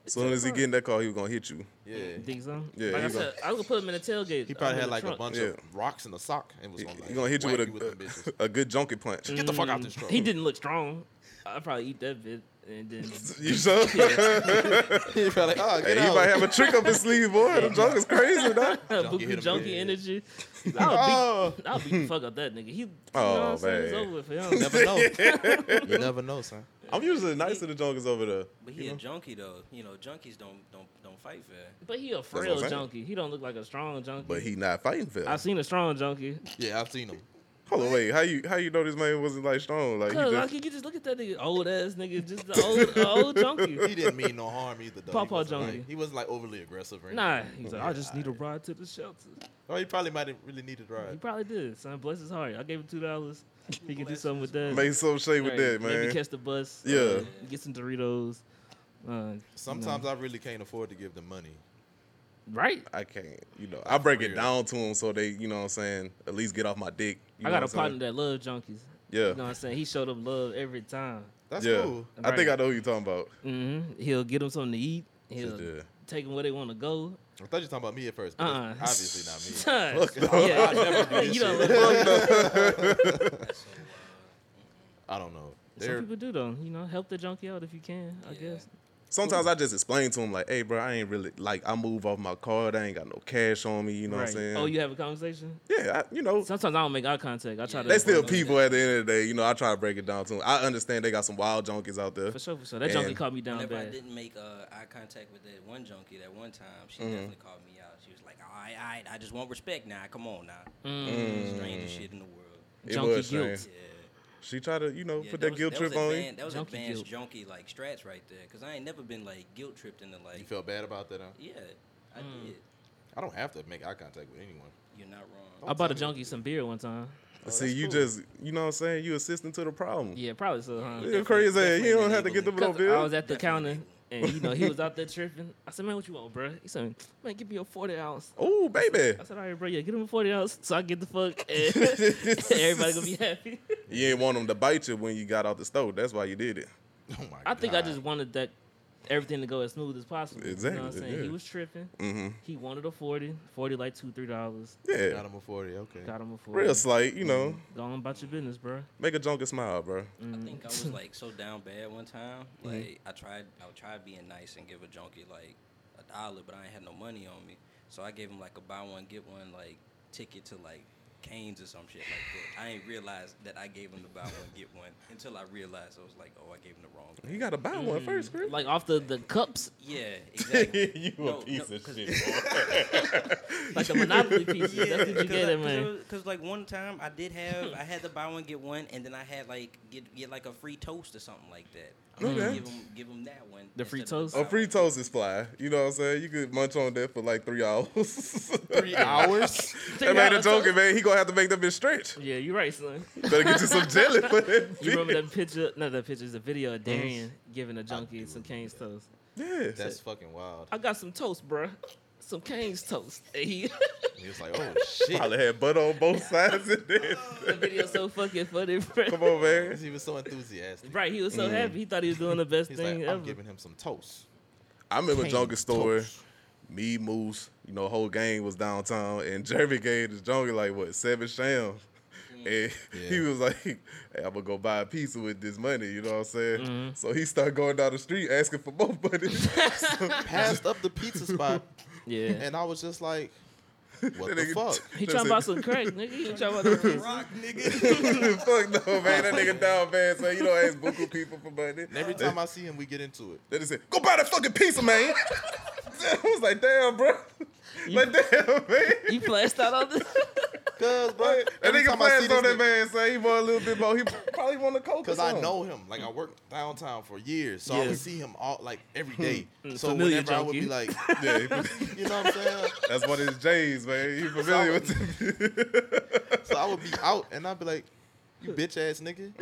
B: As soon as he get in that car, he was gonna hit you.
A: Yeah.
C: You think so?
B: Yeah,
C: Like I
B: he gon-
C: said, I was gonna put him in the tailgate.
A: He probably
C: um,
A: had
C: in the
A: like a
C: trunk.
A: bunch of rocks in the sock and was
B: He,
A: gonna, like,
B: he gonna hit you with
A: whack you with them
B: a
A: bitches.
B: a, good junkie punch.
A: Get the fuck out
C: Mm,
A: this truck.
C: He didn't look strong. I'd probably eat that bit and then.
B: You sure?
A: He probably like, oh,
B: Hey,
A: get
B: he "Ah,
A: out.
B: might have a trick up his sleeve, boy. The drunk is crazy, though.
A: Junkie hit
C: Buku
A: him
C: junkie
A: good.
C: energy. I'll beat,
A: Oh.
C: I'll beat the fuck up that nigga. He, you
B: Oh,
C: know what I'm saying? It's
B: man.
C: over with for him.
A: never know. you never know, son.
B: I'm usually nice to the junkies over there.
D: But he a junkie though. You know, junkies don't don't don't fight fair.
C: But he a
B: what I'm
C: frail
B: saying.
C: junkie. He don't look like a strong junkie.
B: But he not fighting
C: I
B: fair.
C: seen a strong junkie.
A: Yeah, I've seen him.
B: Hold on, wait. How you how you know this man wasn't like strong? Like he
C: Cause
B: just,
C: like, you can just look at that nigga, old ass nigga, just the old, the old junkie.
A: He didn't mean no harm either, though.
C: Pawpaw
A: he wasn't,
C: junkie.
A: Like, he wasn't like overly aggressive or anything.
C: Nah, he's like, I just need a ride to the shelter.
A: Oh, he probably might have really needed a
C: He
A: ride.
C: probably did. Son, bless his heart. I gave him two dollars. He could do something with that.
B: made some shade with
C: Right,
B: that,
C: Maybe
B: man.
C: catch the bus.
B: Yeah.
C: uh, get some Doritos. Uh,
A: Sometimes I really can't afford to give them money.
C: right.
B: I can't, you know. I break
A: real.
B: it down to them so they, you know what I'm saying, at least get off my dick. You
C: I
B: know
C: got a
B: what I'm
C: partner that love junkies.
B: saying?
C: You know what I'm saying? He showed them love every time.
A: That's
B: Yeah. Yeah.
A: cool.
B: I think
C: Right.
B: I know who you're talking about.
C: hmm He'll get them something to eat. He'll
B: Shit, yeah.
C: take them where they want to go.
A: I thought you were talking about me at first, but it's obviously
C: Uh-uh.
A: not me.
C: Son,
B: no.
C: yeah.
A: I'd never do
C: you
A: this
C: don't
A: shit.
C: look like
D: So, uh,
A: I don't know.
C: Some
A: They're,
C: people do though. You know, help the junkie out if you can. I
D: Yeah.
C: guess.
B: Sometimes I just explain to them, like, hey, bro, I ain't really, like, I move off my card. I ain't got no cash on me. You know what I'm saying?
C: Oh, you have a conversation.
B: Yeah, I, you know,
C: Sometimes I don't make eye contact. I try
D: Yeah.
C: to.
B: they still
D: people.
B: people at the end of the day. You know, I try to break it down to them. I understand they got some wild junkies out there.
C: For sure, for sure. That junkie
B: And-
C: caught me down
D: Whenever I
C: bad.
D: didn't make uh, eye contact with that one junkie that one time, she
B: Mm.
D: definitely called me out. She was like, "All right, all right, I just want respect now. Come on now, strangest shit in the world."
B: Mm. It
C: Mm. Junkie
B: was
C: guilt.
B: strange.
D: Yeah,
B: She tried to, you know,
D: Yeah,
B: put that
D: was-
B: guilt
D: was
B: trip on you.
D: advan- That was
C: Junkie
D: advanced
C: guilt.
D: junkie like strats right there, cause I ain't never been like guilt tripped into like.
A: you felt bad about that, huh?
D: yeah, I
C: Mm.
D: did.
A: I don't have to make eye contact with anyone.
D: You're not wrong.
C: I bought a junkie some beer one time.
B: See, you just, you know what I'm saying? You assisting to the problem.
C: Yeah, probably so. Huh?
B: You're crazy.
D: definitely
B: You don't have to get the
D: enabling.
B: bill.
C: 'Cause I was
B: bill.
C: at the
D: Definitely.
C: counter and you know he was out there tripping. I said, "Man, what you want, bro?" He said, "Man, give me a forty ounce."
B: Oh, baby.
C: I said, "All right, bro, yeah, get him a forty ounce so I get the fuck and everybody gonna be happy."
B: You ain't want them to bite you when you got out the stove. That's why you did it.
A: Oh my god.
C: I think I just wanted that everything to go as smooth as possible. You know what I'm
B: Exactly,
C: saying? He
B: yeah.
C: was tripping.
B: Mm-hmm.
C: He wanted a 40, 40 like two, three dollars.
B: Yeah.
A: got him a forty. Okay.
C: Got him a 40.
B: Real slight, you know.
C: Go on about your business, bro.
B: Make a junkie smile, bro.
D: I think I was like so down bad one time.
B: Mm-hmm.
D: Like I tried, I tried being nice and give a junkie like a dollar, but I ain't had no money on me. So I gave him like a buy one get one like ticket to like canes or some shit like that. I ain't realized that I gave him the buy one get one until I realized I was like, oh, I gave him the wrong.
B: You gotta buy one first, Chris.
C: Mm-hmm. Like off the, the cups,
D: Yeah, exactly.
B: you
D: No,
B: a
D: no,
B: piece of
D: 'cause-
B: shit. boy.
C: like the Monopoly pieces. That's what you
D: Cause,
C: get
D: I-
C: it, man.
D: Cause, I- 'cause, like one time I did have I had to buy one get one and then I had like get get like a free toast or something like that. I'm gonna
B: Okay.
D: give him give him that one.
C: The free
D: instead of
C: toast?
D: buy
B: A
D: one.
B: free toast is fly. You know what I'm saying? You could munch on that for like three hours.
A: Three hours?
B: That man a joking, man. He gonna have to make that bitch stretch.
C: Yeah, you're right, son.
B: Better get you some jelly for that.
C: You remember
B: bitch.
C: that picture? Not that picture. It's a video of Darian giving a junkie some Cane's toast.
B: Yeah.
A: That's fucking wild.
C: I got some toast, bruh. Some Cane's toast. And he,
A: He was like, oh shit.
B: Probably had butt on both sides of this.
C: the video's so fucking funny, bruh.
B: Come on, man.
A: He was so enthusiastic.
C: Right, he was so happy. He thought he was doing the best
A: Mm. He's
C: thing
A: like,
C: ever.
A: I'm giving him some toast.
B: I remember
C: Cane
B: Jungle Store,
C: toast.
B: me, Moose, you know, whole gang was downtown, and Jeremy gave the Jungle like what, seven shams. And he
A: Yeah.
B: was like, hey, I'm gonna go buy a pizza with this money, you know what I'm saying? So he started going down the street asking for more money.
A: Passed up the pizza spot,
C: yeah.
A: and I was just like, what
B: That
A: the
B: nigga-
A: fuck?
C: He trying to buy some crack, nigga. He trying to buy some
D: Rock, nigga.
B: Fuck no, man. That nigga down bad, so you don't ask buku people for money.
A: And every time I see him, we get into it.
B: They just said, go buy that fucking pizza, man. I was like, damn, bro. Like, damn, man.
C: You flashed out on this.
A: Cause, bro,
B: Like, that
A: every
B: nigga
A: time I
B: plans
A: see
B: on
A: this
B: that
A: nigga,
B: man, so he want a little bit more. He probably want a coke. or
A: cause I
B: something.
A: know him. Like I worked downtown for years, so I
C: Yeah.
A: would see him all like every day.
C: Mm,
A: so
C: familiar
A: whenever I would be
C: junkie.
A: like,
B: Yeah, he-
A: you know what I'm saying?
B: that's one of his J's, man. He familiar with it.
A: So I would be out, and I'd be like, you bitch ass nigga.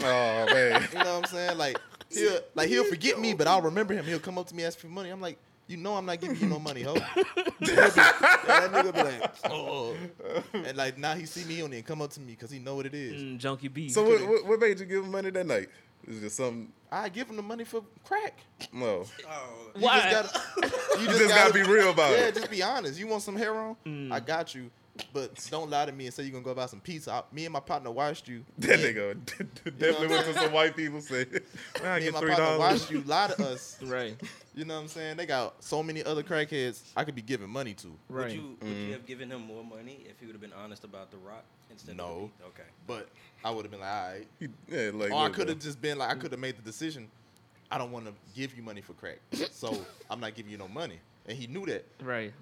B: oh man,
A: You know what I'm saying? Like he'll like he'll forget me, but I'll remember him. He'll come up to me ask for money. I'm like, you know, I'm not giving you no money, ho. He'll be- and that nigga be like, oh, and like now he see me on it and come up to me because he know what it is.
C: Mm, junkie B.
B: so what, what? What made you give him money that night? It was just something.
A: I give him the money for crack.
B: No,
D: Oh,
A: You
C: Why?
A: just gotta,
B: you just gotta be real about
A: Yeah,
B: it. Mm.
A: just be honest. You want some hair on? I got you. But don't lie to me and say you're gonna go buy some pizza. I, me and my partner watched you.
B: That nigga definitely went to some white people. Said, "Man, I
A: Me and
B: get
A: my
B: three
A: partner
B: dollars."
A: watched you lie to us.
C: right,
A: You know what I'm saying? They got so many other crackheads I could be giving money to.
C: right.
D: Would you would
B: Mm-hmm.
D: you have given him more money if he would have been honest about the rock instead of the
A: No.
D: Beat? Okay.
A: But I would have been like, all right.
B: He- Yeah, like,
A: Or Oh, I
B: look,
A: could have
B: bro.
A: just been like, I could have made the decision. I don't want to give you money for crack, so I'm not giving you no money. And he knew that,
C: right.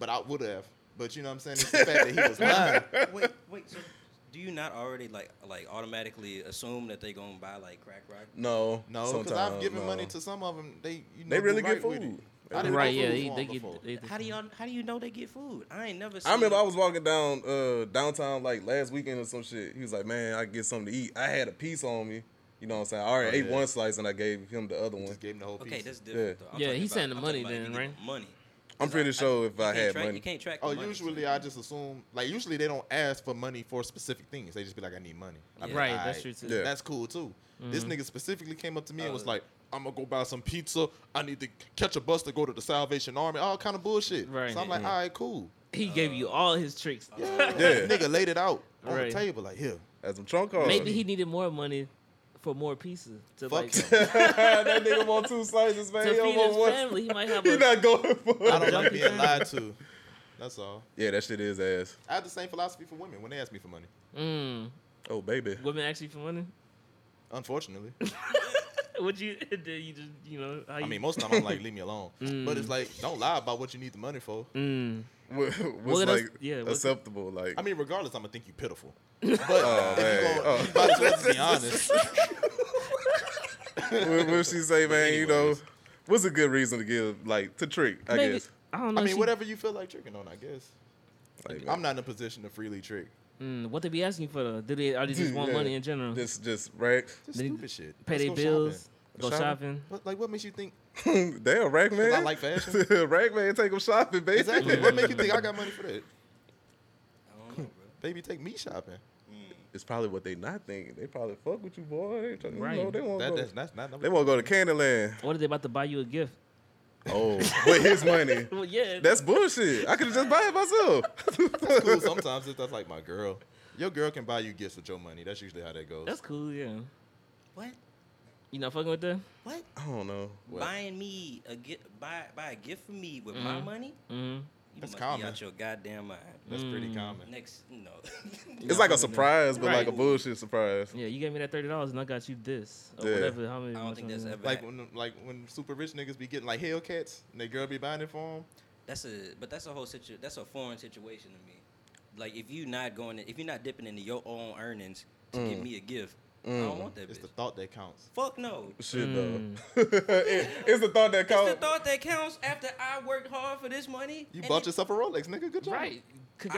A: but I would have. But you know what I'm saying? It's the fact that he was lying.
D: Wait, wait. So do you not already like like automatically assume that they gonna buy like crack rock?
B: No,
A: No, because I've
B: sometimes,
A: given
B: no.
A: money to some of them. They you know
B: They
A: do
B: really
A: right
B: get
A: with it.
B: food.
A: I didn't
C: Right,
A: go
C: yeah,
A: food
C: they,
A: for
C: they
A: 'em before.
C: get. They,
D: How do y'all how do you know they get food? I ain't never. Seen
B: I remember I was walking down uh, downtown like last weekend or some shit. He was like, "Man, I can get something to eat." I had a piece on me. You know what I'm saying? I already
A: Oh,
B: ate
A: yeah.
B: one slice and I gave him the other one.
A: Just gave him the whole piece.
D: Okay, that's different. Though. I'm
C: Yeah,
D: talking
C: he's saying the
D: I'm
C: money
D: talking
C: then,
D: about if you
C: right?
D: get Money.
B: I'm
D: 'Cause
B: pretty sure if
D: you
B: I
D: can't
B: had
D: track,
B: money.
D: you can't track. the
A: Oh,
D: money, so
A: usually I just assume like usually they don't ask for money for specific things. They just be like, I need money. I be like,
C: Right,
A: "All
C: that's true, too. Mm-hmm.
B: Yeah. Uh.
A: That's cool too. This nigga specifically came up to me and was
D: Oh.
A: like, I'm gonna go buy some pizza. I need to catch a bus to go to the Salvation Army. All kind of bullshit.
C: Right.
A: So I'm like, all right, cool.
C: he gave you all his tricks.
B: Mm-hmm. Yeah.
A: nigga laid it out on
C: Right.
A: the table like here.
B: Had some trunk cards.
C: Maybe he needed more money for more pieces to
A: Fuck
C: like
A: him.
B: that nigga want two slices, man.
C: to
B: He don't
C: feed
B: want
C: his
B: one.
C: family. He might have
B: He
C: a.
B: not going for
A: I
B: it.
A: don't like being lied to. That's all.
B: Yeah, that shit is ass.
A: I have the same philosophy for women when they ask me for money.
C: Mm,
B: Oh baby.
C: women actually for money.
A: Unfortunately.
C: Would you? Did you just you know? How you,
A: I mean, most of the time I'm like, leave me alone. But it's like, don't lie about what you need the money for.
C: Mm,
B: What-
C: What
B: What's
C: else-
B: like
C: yeah, what-
B: acceptable? Like
A: I mean, regardless, I'm gonna think you pitiful.
B: oh man. Oh.
A: You might as well just be honest.
B: what, what she say, man? You know,
A: anyways.
B: what's a good reason to give like to trick? I
C: maybe
B: guess.
C: I don't know.
A: I mean,
C: she-
A: whatever you feel like tricking on, I guess.
B: Like,
A: I'm not in a position to freely trick.
C: Mm, what they be asking for? Though? Do they? Are they just want
B: Yeah.
C: money in general?
B: Just, just rack.
A: Just
C: They-
A: stupid shit.
C: Pay
A: Let's
C: their
A: go
C: bills. Go
B: Shopping?
C: shopping.
A: What, like, what makes you think?
B: Damn, rack man.
A: I like fashion.
B: rack man, take them shopping, baby.
A: Exactly. what makes you think I got money for that?
D: I don't know, bro.
A: Baby, take me shopping.
B: It's probably what they not thinking. They probably fuck with you, boy. They tryna- you
C: Right.
B: know, they won't
A: That,
B: go.
A: that's, that's not.
B: They won't go to Candyland.
C: What are they about to buy you a gift?
B: Oh, with his money.
C: Well, yeah.
B: That's bullshit. I could have just buy it myself.
A: cool. Sometimes if that's like my girl, your girl can buy you gifts with your money. That's usually how that goes.
C: that's cool. Yeah.
D: What?
C: You not fucking with that?
D: What?
B: I don't know.
A: What?
C: Mm-hmm.
D: Buying me a gift, buy buy a gift for me with my money?
C: Mm.
D: You
A: That's
D: must
A: common.
D: Be out your goddamn mind.
A: That's pretty
C: Mm-hmm.
A: common.
D: Next, no.
B: It's like a surprise, but like a
C: Right.
B: bullshit surprise.
C: Yeah, you gave me that thirty dollars and I got you this or
B: Yeah.
C: whatever. How many?
D: I don't think
C: much
D: that's
C: I'm-
D: ever.
A: Like
D: hap-
A: when like when super rich niggas be getting like Hellcats and they girl be buying it for them.
D: That's a but that's a whole situ that's a foreign situation to me. Like if you not going if you're not dipping into your own earnings to give me a gift, I don't want that
A: Mm. It's
D: bitch.
A: the thought that counts.
D: Fuck no.
B: Shit
A: Mm.
B: though. It- it's the thought that
D: It's the
B: counts.
D: thought that counts after I worked hard for this money.
A: You
D: and
A: bought
D: it-
A: yourself a Rolex, nigga. Good job.
C: Right.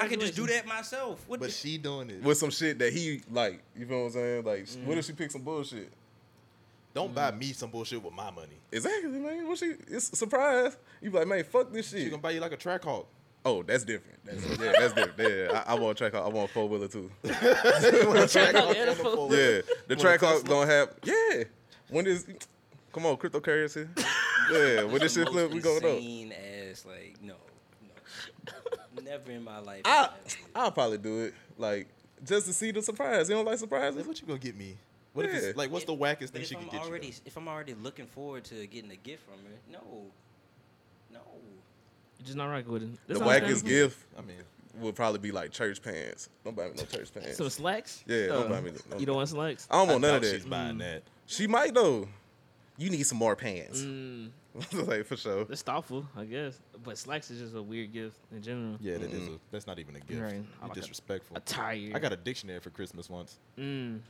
D: I could just
C: Congratulations.
D: do that myself. What
A: But
D: the-
A: she doing it.
B: With some shit that he like, you know what I'm saying? Like, sh
A: Mm.
B: what if she picked some bullshit?
A: Don't buy me some bullshit with my money.
B: Exactly, man. What she? It's a surprise. You be like, man, fuck this
A: She
B: shit.
A: gonna buy you like a track hawk.
B: oh, that's different. That's, yeah, that's different. Yeah, I, I want a track. Hawk. I want a four wheeler too.
C: Check out
A: And a
C: Edible.
A: four-
B: Yeah, the track
A: Tesla?
B: hawk gonna have. Yeah, when is? Come on, cryptocurrency. Yeah, when this
D: That's the
B: shit flip,
D: most
B: we going up.
D: Insane ass like no, no. Never in my life.
B: I
D: would I do that.
B: I'll probably do it. Like just to see the surprise. You don't like surprises?
A: Like, what you gonna get me? What if
B: Yeah.
A: it's, like what's the wackest
D: But
A: thing
D: if
A: she
D: I'm
A: could get
D: already,
A: you?
D: if I'm already looking forward to getting a gift from her, no, no.
C: Just not rocking with it.
B: The
C: That's
B: wackest
C: understandable.
B: gift
A: though? I mean,
B: would probably be like church pants. Don't buy me no church pants.
C: Some slacks.
B: Yeah,
C: Uh,
B: don't buy me. no-
C: You don't want slacks.
B: I don't want none of
A: doubt She's
B: that.
A: buying that.
B: She might though. You need some more pants.
C: Mm,
B: like for sure.
C: that's thoughtful, I guess. But slacks is just a weird gift in general.
A: Yeah, that is a, that's not even a gift.
C: Right. I
A: You're
C: like a-
A: disrespectful.
C: A tire.
A: I got a dictionary for Christmas once.
C: Mm.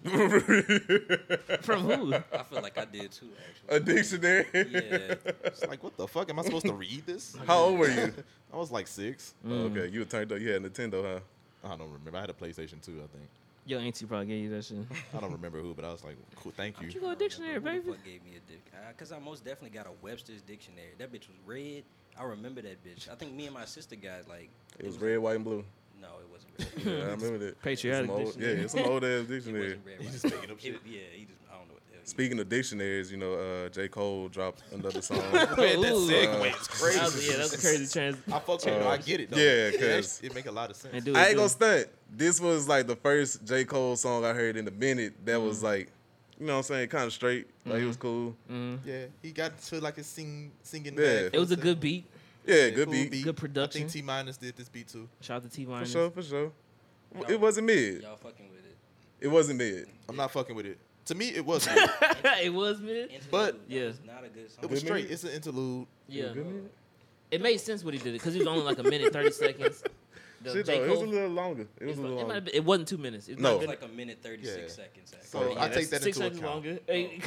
C: From who?
D: I feel like I did too,
B: A
D: actually.
B: dictionary.
D: Yeah,
A: It's like, what the fuck? Am I supposed to read this?
B: How old were you?
A: I was like six.
B: Oh,
C: Mm.
B: okay, you were turned up. You had Nintendo, huh?
A: I don't remember. I had a PlayStation 2, I think.
C: Your auntie probably gave you that shit.
A: I don't remember who, but I was like, cool, thank
C: You
A: you.
C: go a dictionary,
D: Who the
C: baby.
D: fuck gave me a dick? Because I most definitely got a Webster's dictionary. That bitch was red. I remember that bitch. I think me and my sister got like.
B: It was red, white, and blue.
D: No, it wasn't red.
B: Yeah, I remember that.
C: Patriotic
B: Some old-
C: dictionary.
B: Yeah, it's some old ass
D: It
B: dictionary.
D: wasn't red.
A: You
D: right?
A: just making up shit.
D: It- yeah, he just. I don't know what the hell. he-
B: Speaking of dictionaries, you know, uh, J. Cole dropped another song.
A: Man, that
C: Ooh.
A: segue is
C: That
A: crazy.
C: was, yeah, that's a crazy trans.
A: I fucks with it. though. I get it, though.
B: yeah,
A: It
B: 'cause-
A: actually- it make a lot of sense.
C: And do it,
B: I ain't
C: do
B: gonna
C: it.
B: stunt. This was like the first J. Cole song I heard in a minute that
C: Mm.
B: was like, you know what I'm saying, kind of straight. Like it was
C: Mm-hmm.
B: cool.
A: Yeah, he got to like a sing singing.
B: Yeah.
A: bag
C: mm. It was a
A: concept.
C: good beat.
B: Yeah, good
A: Cool
B: beat.
A: beat. I
C: Good production.
A: think T minus did this beat too.
C: Shout out to T
B: For
C: Line.
B: sure, for sure. It wasn't mid.
D: Y'all fucking with it.
B: It wasn't mid.
A: I'm not fucking with it. To me, it was good.
C: it was mid.
A: But-
D: Interlude, that
C: Yeah.
D: was not a good song.
A: it was
B: Good
A: straight.
B: minute.
A: It's an interlude.
C: Yeah.
B: Good minute?
C: It made sense what he did it because it was only like a minute thirty seconds. The
B: Shit,
C: J.
B: though, it
C: Cole-
B: was a little longer. It was a
C: it,
B: little
C: might
B: longer.
C: have been- it wasn't two minutes. It
B: No.
C: might have
D: It's
C: been-
D: like a minute thirty
A: Yeah.
D: six seconds. Actually.
A: So I take that
C: six
A: into
C: seconds
A: account.
C: longer. Hey,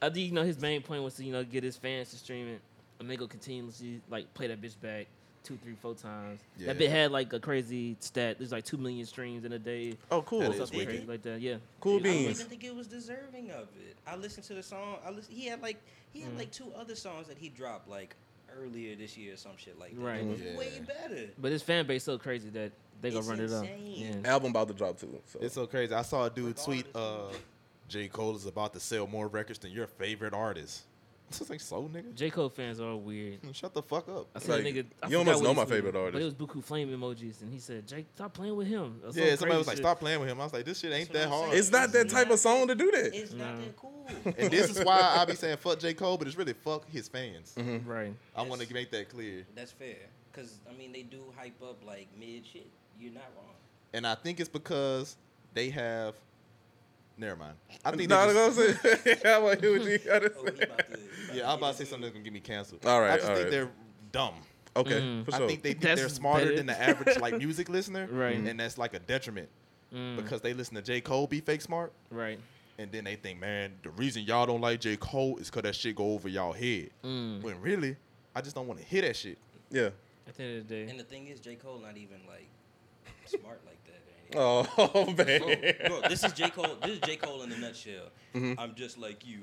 C: I think you know his main point was to you know get his fans to stream it, and they go continuously like play that bitch back two, three, four times. That
A: Yeah.
C: bit had like a crazy stat. There's like two million streams in a day.
B: Oh, cool.
A: That
C: or
A: is
C: something
A: wicked.
C: crazy like that. Yeah. It
B: Cool
C: was-
D: I don't
B: beans.
D: even think it was deserving of it. I listened to the song. I listen, He had like he
C: Mm.
D: had like two other songs that he dropped like earlier this year or some shit like that.
C: Right.
D: It was
A: Yeah.
D: way better.
C: But his fan base so crazy that they gonna
D: It's
C: run it
D: insane.
C: up. Yeah.
B: Album about to drop too. So
A: It's so crazy. I saw a dude tweet, uh,
D: Regardless.
A: J. Cole is about to sell more records than your favorite artist. It's just like, so, nigga?
C: J Cole fans are weird.
A: Shut the fuck up.
C: I said,
B: Like,
C: nigga, I
B: you
C: forgot
B: almost
C: what
B: know
C: he
B: my
C: tweeted,
B: favorite
C: But it was
B: artist.
C: Buku flame emojis, and he said, "Jake, stop playing with him." or some
A: Yeah, somebody
C: crazy
A: was like,
C: shit.
A: stop playing with him. I was like, this shit ain't
D: That's
A: that
D: what I'm
A: hard.
D: saying.
B: it's not that type of song to do that.
D: It's not
C: No.
D: that cool.
A: and this is why I be saying fuck J. Cole, but it's really fuck his fans.
C: Right.
A: I want
D: Yes.
A: to make that clear.
D: That's fair. Cause I mean they do hype up like mid shit. You're not wrong.
A: And I think it's because they have. Never mind. I think
B: Nah,
A: they just,
B: that's what I'm saying. I wanna hear what you gotta
D: Oh, he
B: say.
D: about to, he
A: yeah, I'm about
D: get
A: to say
D: it.
A: something that's gonna get me canceled.
B: All right,
A: I just
B: all
A: think
B: right.
A: they're dumb.
B: Okay,
C: Mm.
B: for
A: Mm-hmm. I
B: sure.
A: think they think
C: That's
A: they're smarter
C: better.
A: than the average like music listener,
C: Right.
A: And that's like a detriment
C: Mm,
A: because they listen to J Cole be fake smart,
C: right.
A: and then they think, man, the reason y'all don't like J Cole is cause that shit go over y'all head.
C: Mm.
A: When really, I just don't want to hear that shit.
B: yeah.
C: At the end of the day.
D: And the thing is, J Cole not even like smart like that. or anything.
B: Oh
D: Bro,
B: man.
D: bro, this is J. Cole. This is J. Cole in a nutshell.
A: Mm-hmm.
D: I'm just like you.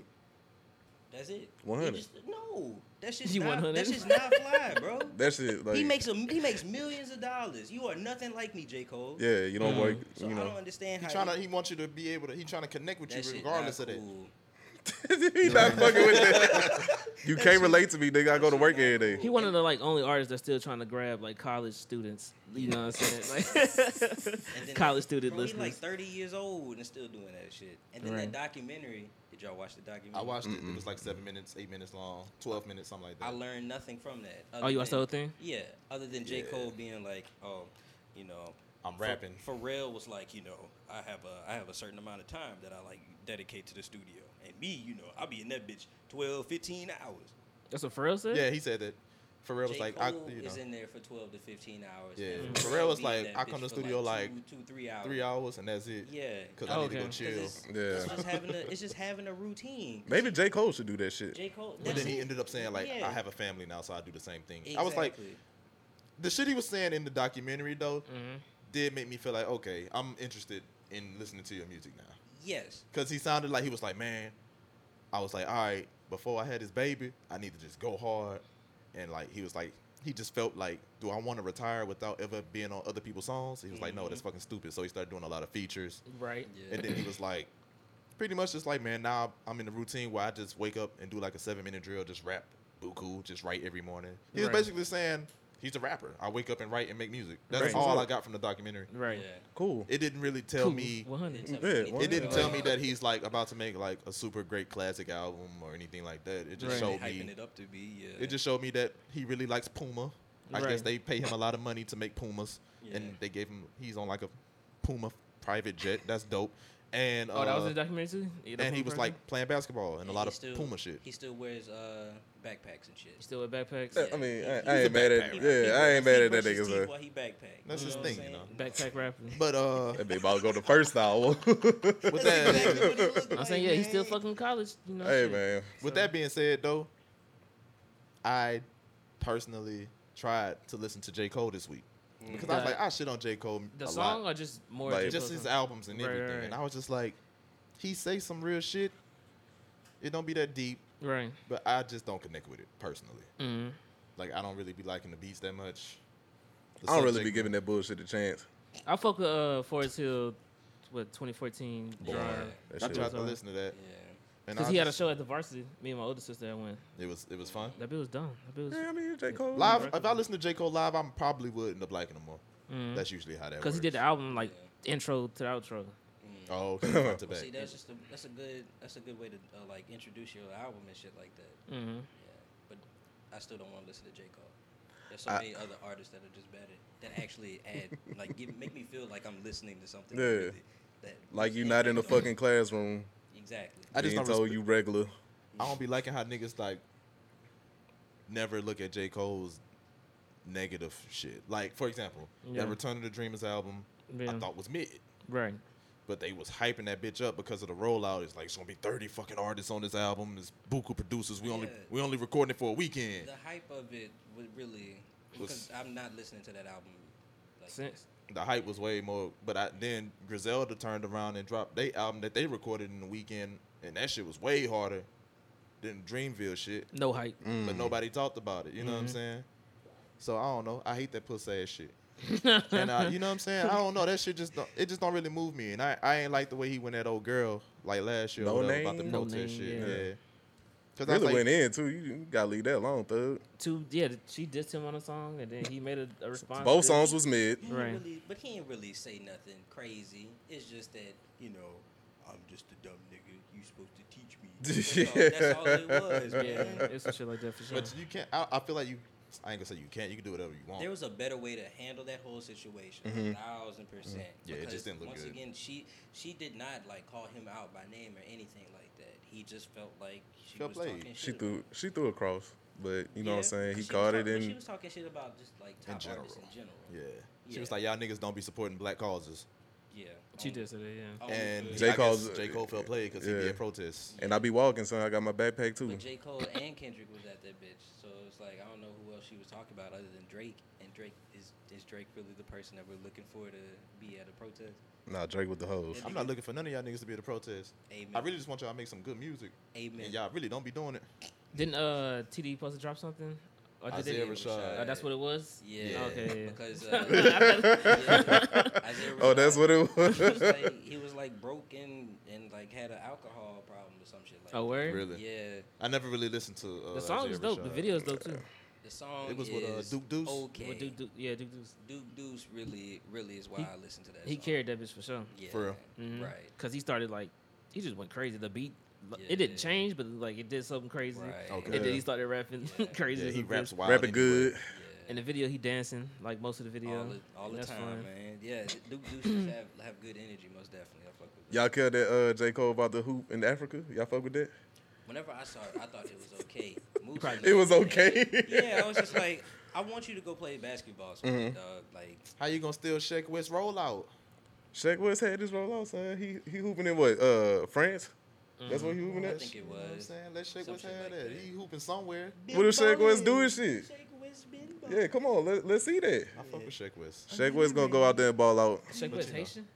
D: That's it. He
B: 100.
D: just- No, that's just
C: You
D: not.
C: 100?
D: That's just not fly, bro.
B: That shit like
D: he makes a, he makes millions of dollars. You are nothing like me, J. Cole.
B: Yeah, you don't work.
D: Mm-hmm. So
B: you
D: I don't
B: know.
D: understand
A: He
D: how
A: trying to, he wants you to be able to, he trying to connect with
D: that
A: you
D: shit
A: regardless
D: not
A: of that.
D: cool.
B: He's not fucking with that. You can't relate to me, nigga. I go to
D: shit
B: work
D: not
B: every day.
C: He one of the like only artists that's still trying to grab like college students. You know what I'm saying? Like
D: And then-
C: college student
D: bro, He like
C: listeners.
D: 30 years old and still doing that shit. And then
C: Right.
D: that documentary Did y'all watch the
A: I
D: documentary?
A: watched it. It was like seven minutes, eight minutes long, twelve minutes, something like that.
D: I learned nothing from that.
C: Oh,
D: other
C: you watched the
D: than-
C: whole thing?
D: Yeah, other than J.
A: Yeah.
D: Cole being like, oh, you know,
A: I'm
D: Ph-
A: rapping.
D: Pharrell was like, you know, I have a I have a certain amount of time that I like dedicate to the studio, and me, you know, I'll be in that bitch 12, 15 hours.
C: That's what Pharrell said.
A: yeah, he said that. Pharrell was
D: J.
A: like,
D: Cole
A: I, you know,
D: is in there for twelve to fifteen hours.
A: Yeah.
D: and
A: Pharrell
D: be
A: was
D: in
A: like,
D: that
A: I
D: bitch
A: come to
D: for
A: studio,
D: like
A: like,
D: two, two, three hours.
A: three hours and that's it.
D: Yeah,
A: because
C: Oh,
A: I need
C: okay.
A: to go
C: 'Cause
D: Cause
A: chill.
D: It's,
B: Yeah.
D: it's just having a it's just having a routine.
B: Maybe J. Cole should do that shit.
D: J. Cole.
A: But
D: that's
A: then he
D: it.
A: ended up saying like,
D: Yeah.
A: I have a family now, so I do the same thing. I was like,
D: Exactly.
A: the shit he was saying in the documentary though
C: Mhm.
A: did make me feel like, okay, I'm interested in listening to your music now.
D: yes.
A: Cause he sounded like he was like, man, I was like, all right, before I had this baby, I need to just go hard. And like he was like, he just felt like, do I want to retire without ever being on other people's songs? He was like, no, that's
D: Mm-hmm.
A: fucking stupid. So he started doing a lot of features.
C: Right.
D: Yeah.
A: And then he was like, pretty much just like, man, now I'm in the routine where I just wake up and do like a seven minute drill, just rap buku, just write every morning. He was
C: Right.
A: basically saying, he's a rapper. I wake up and write and make music. That's
B: Right.
A: all I got from the documentary.
C: Right.
B: Cool.
A: It didn't really tell
C: Cool.
A: me.
C: 100.
D: Yeah.
B: Yeah, why
A: It didn't tell
D: Like,
A: me that he's like about to make like a super great classic album or anything like that. It just
C: Right.
A: showed
D: hyping
A: me.
D: it up to be. Yeah.
A: It just showed me that he really likes Puma. I guess
C: Right.
A: they pay him a lot of money to make Pumas,
D: Yeah.
A: and they gave him. He's on like a Puma private jet. That's dope. And
C: Oh, that was
A: uh,
C: in the documentary too. Yeah, that's
A: and he
C: one
A: was
C: person?
A: like playing basketball and a
D: And
A: lot
D: he
A: of
D: still-
A: Puma shit.
D: He still wears uh backpacks and shit.
C: He's still with backpacks.
B: Yeah, I mean, I, I ain't mad at
D: He- he
B: yeah, I ain't
D: brushes-
B: mad
D: he
B: at that
D: brushes
B: nigga.
D: teeth
B: son.
D: while he backpack.
A: That's
D: You
A: his
D: know what I'm
A: thing, you
D: saying?
A: know.
C: Backpack rapping.
A: But uh,
B: That bitch about to go to first hour.
A: with
D: That's exactly
A: that
D: what it looked
C: I'm saying,
D: like,
C: yeah, he's still
D: man.
C: fucking college. You know.
B: hey
C: shit.
B: man,
A: with
C: So-
A: that being said though, I personally tried to listen to J Cole this week
D: Mm.
A: because I was
C: The-
A: like, I shit on J Cole
C: The
A: a
C: song
A: lot,
C: or just more
B: Like-
C: J.
A: just
C: Cole
A: his
C: song?
A: albums and
C: Right, right,
A: everything,
C: right.
A: and I was just like, he say some real shit. It don't be that deep,
C: Right.
A: but I just don't connect with it personally.
C: Mm.
A: Like I don't really be liking the beats that much. The
B: I don't really be
A: subject-
B: giving that bullshit a chance.
C: I fuck with uh, Forest Hill, what 2014
D: Yeah.
C: drive.
B: That
A: I
B: shit
A: tried to
C: was-
A: listen to that,
D: Yeah.
A: and
C: Cause
A: I
C: he had a
A: just-
C: show at the Varsity. Me and my older sister I went.
A: It was it was fun.
C: That bit was dumb. That bit was
B: Yeah, I mean J Cole.
A: Live,
C: Records.
A: if I listen to J Cole live, I am probably would end up liking him more.
C: Mhm.
A: That's usually how that.
C: Cause
A: Because
C: he did the album like intro to the outro.
A: Oh, okay. front to
D: But
A: back.
D: see, that's just a, that's a good that's a good way to uh, like introduce your album and shit like that.
C: Mm-hmm.
D: Yeah. But I still don't want to listen to J Cole. There's so
B: I-
D: many other artists that are just better that actually add like give, make me feel like I'm listening to something.
B: Yeah.
D: really that-
B: Like you not in the fucking classroom.
D: exactly.
A: I
B: I
A: just
B: just
A: don't
B: told you regular.
A: I don't be liking how niggas like never look at J Cole's negative shit. Like for example,
C: Yeah.
A: that Return of the Dreamers album, I
C: Yeah.
A: thought was mid.
C: Right.
A: But they was hyping that bitch up because of the rollout. It's like it's gonna be thirty fucking artists on this album. It's buku producers. We only
D: Yeah.
A: we only recording it for a weekend.
D: The hype of it was really because
A: Was-
D: I'm not listening to that album. Like,
C: Since
A: The hype was way more. But I, then Griselda turned around and dropped their album that they recorded in the weekend, and that shit was way harder than Dreamville shit.
C: no hype.
B: Mm.
A: but nobody talked about it. You know what I'm
C: Mhm.
B: Mm-hmm.
A: saying? So I don't know. I hate that pussy ass shit. and uh, you know what I'm saying? I don't know. That shit just don't, it just don't really move me. And I, I ain't like the way he went at old girl like last year or
B: No
A: whatever, about the
B: Name?
C: No
A: protest
C: Name,
A: shit.
C: yeah.
A: Yeah. Cause
B: Really
A: I was like,
B: went in too. You, you gotta leave that alone, thug.
C: Two. Yeah. She dissed him on a song, and then he made a, a response.
B: Both
C: to-
B: songs was mid.
D: He ain't
C: Right.
D: really, but he ain't really say nothing crazy. It's just that you know, I'm just a dumb nigga. You supposed to teach me. That's all, that's all it was,
C: Yeah.
D: man.
C: It's some shit like that for sure.
A: but you can't. I, I feel like you. I ain't gonna say you can't. You can do whatever you want.
D: There was a better way to handle that whole situation, a thousand percent.
A: Mm-hmm. Yeah, it just
D: because
A: didn't look
D: once
A: good.
D: again, she she did not like call him out by name or anything like that. He just felt like she
A: Felt
D: was
A: played.
D: talking shit.
B: She
D: about-
B: threw she threw a cross, but you know what
D: Yeah,
B: I'm saying. He
D: she was
B: caught it
D: talking- She
B: and
D: was talking shit about just like top artists in general.
A: yeah. She
D: Yeah.
A: was like, y'all niggas don't be supporting black causes.
D: Yeah.
C: She
D: Um,
C: did say that. Yeah.
D: Oh,
A: and
D: good.
A: J.
B: J.
A: I
B: Cole's- uh,
A: guess J. Cole felt played because he
B: yeah.
A: did protests.
B: and I be walking, so I got my backpack too.
D: But J. Cole and Kendrick was at that bitch, so it's like I don't know who else she was talking about other than Drake. And Drake is is Drake really the person that we're looking for to be at a protest?
B: Nah, Drake with the hoes.
A: I'm not looking for none of y'all niggas to be at a protest.
D: Amen.
A: I really just want y'all to make some good music.
D: Amen.
A: And y'all really don't be doing it.
C: Didn't uh TD supposed to drop something? Or did
A: Isaiah
C: they?
A: Rashad.
C: Oh, that's what it was.
D: Yeah.
C: Okay. yeah.
D: Because
C: I
D: uh,
C: thought-
D: yeah, Isaiah
B: Oh, that's
D: Rashad,
B: what it
D: He was,
B: was.
D: like, he was like broke and, and like had an alcohol problem or some shit like.
C: oh, word.
D: that.
A: Really.
D: Yeah.
A: I never really listened to uh,
C: The song
A: Isaiah
C: is dope. The
A: Rashad.
C: video is dope too.
D: The song
A: It was with, uh,
D: is
A: Duke Deuce?
D: Okay.
C: With Duke, Duke, yeah, Duke Deuce.
D: Duke Deuce really really is why I listen to that.
C: He
D: song.
C: carried that bitch for sure.
D: Yeah.
A: For real.
C: Mhm.
D: Right.
C: Cause he started like he just went crazy. The beat, Like, It didn't change, but like it did something crazy.
D: Right.
A: Okay.
C: And then he started rapping
D: Yeah.
C: crazy.
A: Yeah, he
C: with
A: raps
C: this.
A: wild.
B: Rapping
A: anyway.
B: good.
D: Yeah.
C: In the video, he dancing like most of the video.
D: all the, all
C: and
D: the
C: that's
D: time,
C: fun.
D: man. Yeah, Duke Deuces have, have good energy, most definitely. I fuck with that.
B: Y'all care that uh, J Cole about the hoop in Africa? Y'all fuck with that?
D: Whenever I saw it, I thought it was okay. Moose
C: Right.
D: was
B: It was
D: like,
B: okay. Mm-hmm.
D: Yeah, I was just like, I want you to go play basketball, so dog. Like,
A: How you gonna steal Shaq West rollout?
B: Shaq West had this roll out, son. He he hooping in what? Uh, France. That's what he hooping
D: I
B: at.
D: think it
A: You know what I'm
D: was.
A: saying? Let Shaq
D: Some
A: West
D: shit
A: have
D: like
A: that.
D: that.
A: He hooping somewhere.
D: Mm-hmm.
B: What if Shaq West doing shit? Yeah, come on, let, let's see that.
A: I fuck with Shaq West.
B: Shaq West gonna go out there and ball out.
C: Shaq
A: But
C: West
A: you know.
C: Haitian?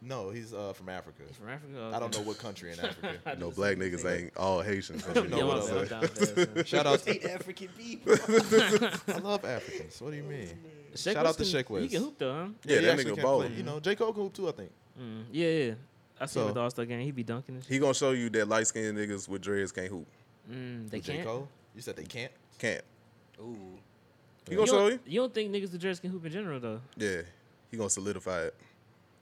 A: No, he's uh, from Africa.
C: He's from Africa.
A: I don't
C: Okay.
A: know what country in Africa.
C: I
B: No
C: just-
B: black niggas ain't all Haitians.
C: Yeah,
A: know
C: my
A: what I'm
C: bad, I'm
A: saying.
C: down with that, son.
A: Shout out to
D: Eight African people.
A: I love Africans. What do you mean?
C: Shaq
A: Shout out to
C: can-
A: Shaq
C: He
A: West.
C: can hoop though, huh?
B: Yeah,
A: he
B: that
A: actually
B: nigga
A: can
B: ballin'.
A: play. You know, J Cole can hoop too. I think.
C: Mm, yeah, yeah. I saw
A: So-
C: him at the All Star game. He be dunking and shit.
B: He gonna show you that light skinned niggas with dreads can't hoop.
C: Mm, they
A: With J
C: can't.
A: Cole. You said they can't.
B: Can't.
D: Ooh,
B: He
C: You
B: gonna show you?
C: don't, you don't think niggas the dress can hoop in general though?
B: Yeah. He gonna solidify it.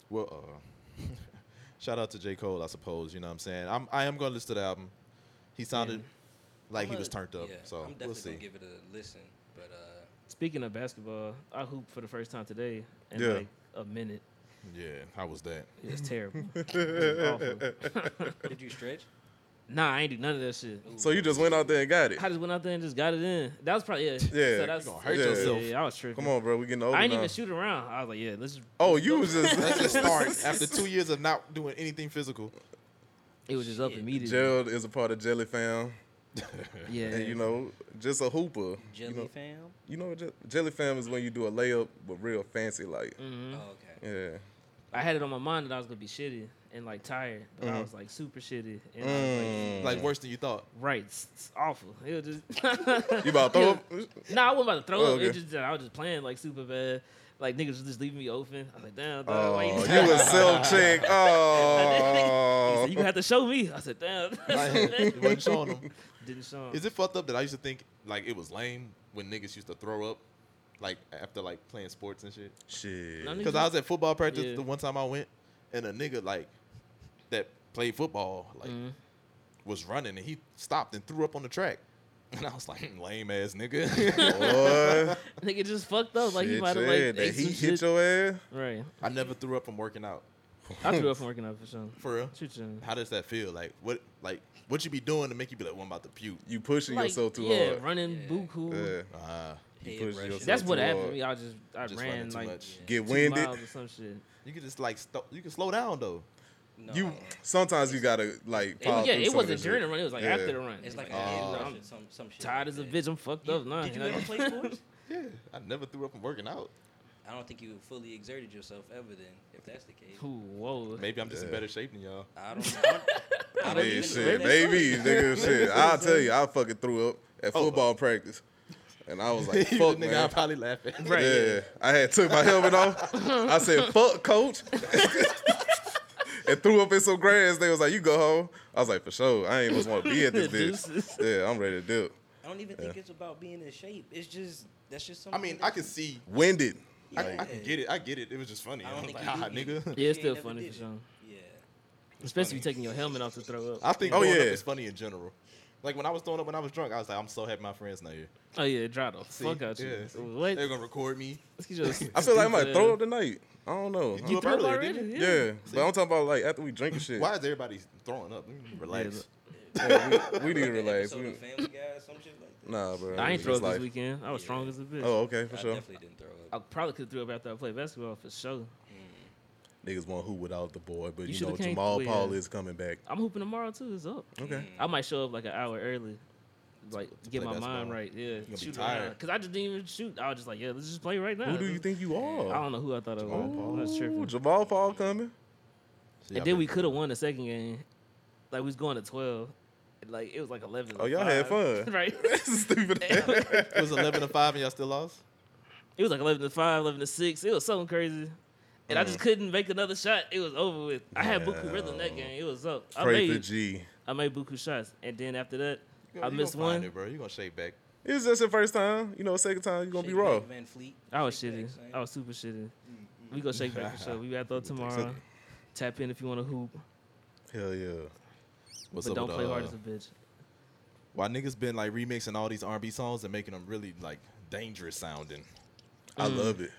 A: Well, uh, shout out to J Cole. I suppose you know what I'm saying. I'm I am gonna listen to the album. He sounded like he
D: I'ma-
A: was turned up.
D: yeah,
A: so
D: I'm definitely
A: we'll see.
D: gonna give it a listen. But uh,
C: Speaking of basketball, I hooped for the first time today in
B: Yeah.
C: like a minute.
A: yeah. How was that?
C: It was terrible. It was awful.
D: did you stretch?
C: nah, I ain't do none of that shit.
B: So you just went out there and got it.
C: I just went out there and just got it in. That was probably yeah. Yeah, so
B: You're
C: that's,
A: gonna hurt
C: yeah,
A: yourself.
C: Yeah, I was tripping.
B: Come on, bro. We getting older
C: I didn't
B: now.
C: even shoot around. I was like, yeah, let's. just-
B: Oh, you was just
A: That's just start after two years of not doing anything physical.
C: It was just up
D: Shit.
C: immediately.
B: Gerald is a part of Jelly Fam,
C: Yeah,
B: and you know, just a hooper.
D: Jelly
B: You know,
D: fam.
B: you know what Je- Jelly Fam is when you do a layup but real fancy, like
C: Mhm.
D: Oh, okay.
B: yeah.
C: I had it on my mind that I was gonna be shitty and like tired, but
B: Mm-hmm.
C: I was like super shitty and I was
B: Mm.
A: Like worse than you thought.
C: like, right, it's, it's awful. It was just
B: you about to throw
C: Yeah.
B: up?
C: nah, I wasn't about to throw
B: Oh,
C: up. It
B: okay.
C: just that I was just playing like super bad. Like niggas was just leaving me open. I was like, damn, dog,
B: Oh,
C: why you-
B: you was self check.
C: He
B: Oh,
C: said, you had to show me. I said, damn.
A: Like, you wasn't showing them.
C: Didn't show him.
A: Is it fucked up that I used to think like it was lame when niggas used to throw up, like after like playing sports and shit?
D: Mm-hmm.
B: shit.
C: None of
A: Because I was at football practice
C: Yeah.
A: the one time I went, and a nigga like that played football like
C: Mhm.
A: was running and he stopped and threw up on the track, and I was like lame ass nigga.
B: Boy,
C: Nigga just fucked up. Like, you
B: shit,
C: might have like.
B: yeah, that
C: ate
B: he
C: some
B: hit
C: shit.
B: your ass.
C: Right.
A: I never threw up from working out.
C: I threw up from working out for sure.
A: For real.
C: Shoot you.
A: How does that feel? Like what? Like what you be doing to make you be like, well, I'm about to puke?
B: You pushing
C: Like,
B: yourself too
C: yeah,
B: hard.
C: running
D: Yeah.
C: buku.
B: Yeah.
A: Uh,
B: You push
D: Head rushing.
B: yourself
C: That's
B: too
C: what happened
B: hard.
C: to me. I just I
A: just running
C: ran
A: too
C: like
A: much.
D: Yeah.
B: Get
C: two
B: winded.
C: miles or some shit.
A: You can just like sto- you can slow down though.
D: No,
B: You sometimes you gotta like.
C: It,
B: power
C: was- yeah,
B: through
C: it
B: some of
C: wasn't
B: that
C: during the
B: shit.
C: run. It was like
B: Yeah.
C: after the run.
D: it's
C: It
D: like
C: was
D: a head
A: Oh.
D: rush
C: I'm
D: or some some shit.
C: tired
D: like
C: as a
D: that.
C: bitch. I'm fucked up now.
D: Did you
C: know?
D: ever play sports?
A: Yeah, I never threw up from working out.
D: I don't think you fully exerted yourself ever then, if that's the case.
C: Ooh, whoa.
A: Maybe I'm just in
B: Yeah.
A: better shape than y'all.
D: I don't I don't- I don't
B: Yeah,
D: even
B: shit,
D: know.
B: maybe, nigga, shit. I'll tell you, I fucking threw up at
A: Oh.
B: football practice, and I was
A: You
B: like,
A: the
B: "Fuck,
A: nigga,
B: man."
A: I'm probably laughing.
C: Right,
B: yeah.
C: yeah.
B: I had took my helmet off. I said, "Fuck, coach," and threw up in some grass. They was like, "You go home." I was like, "For sure, I ain't just want to be at this
C: Deuces.
B: bitch." Yeah, I'm ready to do. it.
D: I don't even think it's about being in shape. It's just that's just
A: I
D: something.
A: mean,
D: that
A: I can
D: you-
A: see.
B: Winded.
A: I,
D: Yeah.
A: I can get it. I get it. It was just funny.
D: I
A: I,
D: don't
A: was
D: think
A: like,
D: you
A: ah,
D: do get
A: nigga.
C: Yeah, it's
D: You
C: still
D: ain't never
C: funny
D: did
C: for
D: it.
C: sure.
D: Yeah.
C: Especially if you taking your helmet off to throw up.
A: I think
B: Oh,
A: oh, yeah.
B: yeah.
A: is funny in general. Like when I was throwing up when I was drunk, I was like, I'm so happy my friends not here.
C: Oh yeah, it dried the fuck out you.
A: Yeah.
C: What?
A: They're gonna record me.
C: Let's get your
B: I feel like I might
C: stupid
B: throw
C: ass-
B: up tonight. I don't know.
A: You
C: You threw up
A: earlier,
C: already?
A: didn't
B: yeah,
C: Yeah.
B: but I'm talking about like after we drink and shit.
A: Why is everybody throwing up? Let me Relax.
B: Yeah, we, we need to
D: Like that
B: relax.
D: episode
B: We-
D: of Family Guy or some shit like that.
B: nah, bro.
C: I ain't
B: it's
C: throw up
B: life.
C: this weekend. I was
D: Yeah.
C: strong as a bitch.
B: Oh, okay, for
D: I
B: sure.
D: definitely didn't throw
C: I
D: up.
C: probably could have threw up after I played basketball for sure.
B: Niggas want who without the boy, but
C: You
B: you,
C: shoulda
B: know
C: came
B: Jamal
C: through, yeah.
B: Paul is coming back.
D: Mm-hmm.
C: I'm hooping tomorrow too. It's up.
B: Okay.
C: I might show up like an hour early, like to get
A: play
C: my mind
A: basketball.
C: right. Yeah,
A: be
C: shoot
A: tired.
C: Because I just didn't even shoot. I was just like, yeah, let's just play right now.
B: Who do you think you
C: I
B: are?
C: don't know who I thought I was.
A: Jamal Paul.
C: I was tripping.
B: Ooh, Jamal Paul coming.
A: See,
C: and
A: I
C: then
A: bet-
C: we could have won the second game. Like we was going to twelve. and, Like it was like eleven. to
B: Oh, y'all had
C: five.
B: fun.
C: right?
B: Stupid.
A: It was 11 to 5 and y'all still lost?
C: It was like eleven to five, eleven to six. It was something crazy. And I
B: Mm.
C: just couldn't make another shot. It was over with. I had Buku rhythm that game. It was up. I
B: Pray for
C: made
B: G.
C: I made Buku shots, and then after that,
A: You
C: I
A: gonna- you
C: missed
A: gonna find
C: one.
A: It, bro. You're going to shake back.
B: It was just your first time. You know, second time you're gonna be
D: Shake
B: raw.
D: Back Van Fleet.
C: I was
D: Shake
C: shitty.
D: Back, son.
C: I was super shitty.
A: Mm-hmm.
C: We go shake back for sure. We got though
A: take
C: tomorrow.
A: something.
C: Tap in if you want to hoop.
B: Hell yeah.
A: What's
C: but
A: up
C: don't
A: with,
C: play hard
A: uh,
C: as a bitch.
A: Why niggas been like remixing all these R&B songs and making them really like dangerous sounding?
B: I
C: Mm.
B: love it.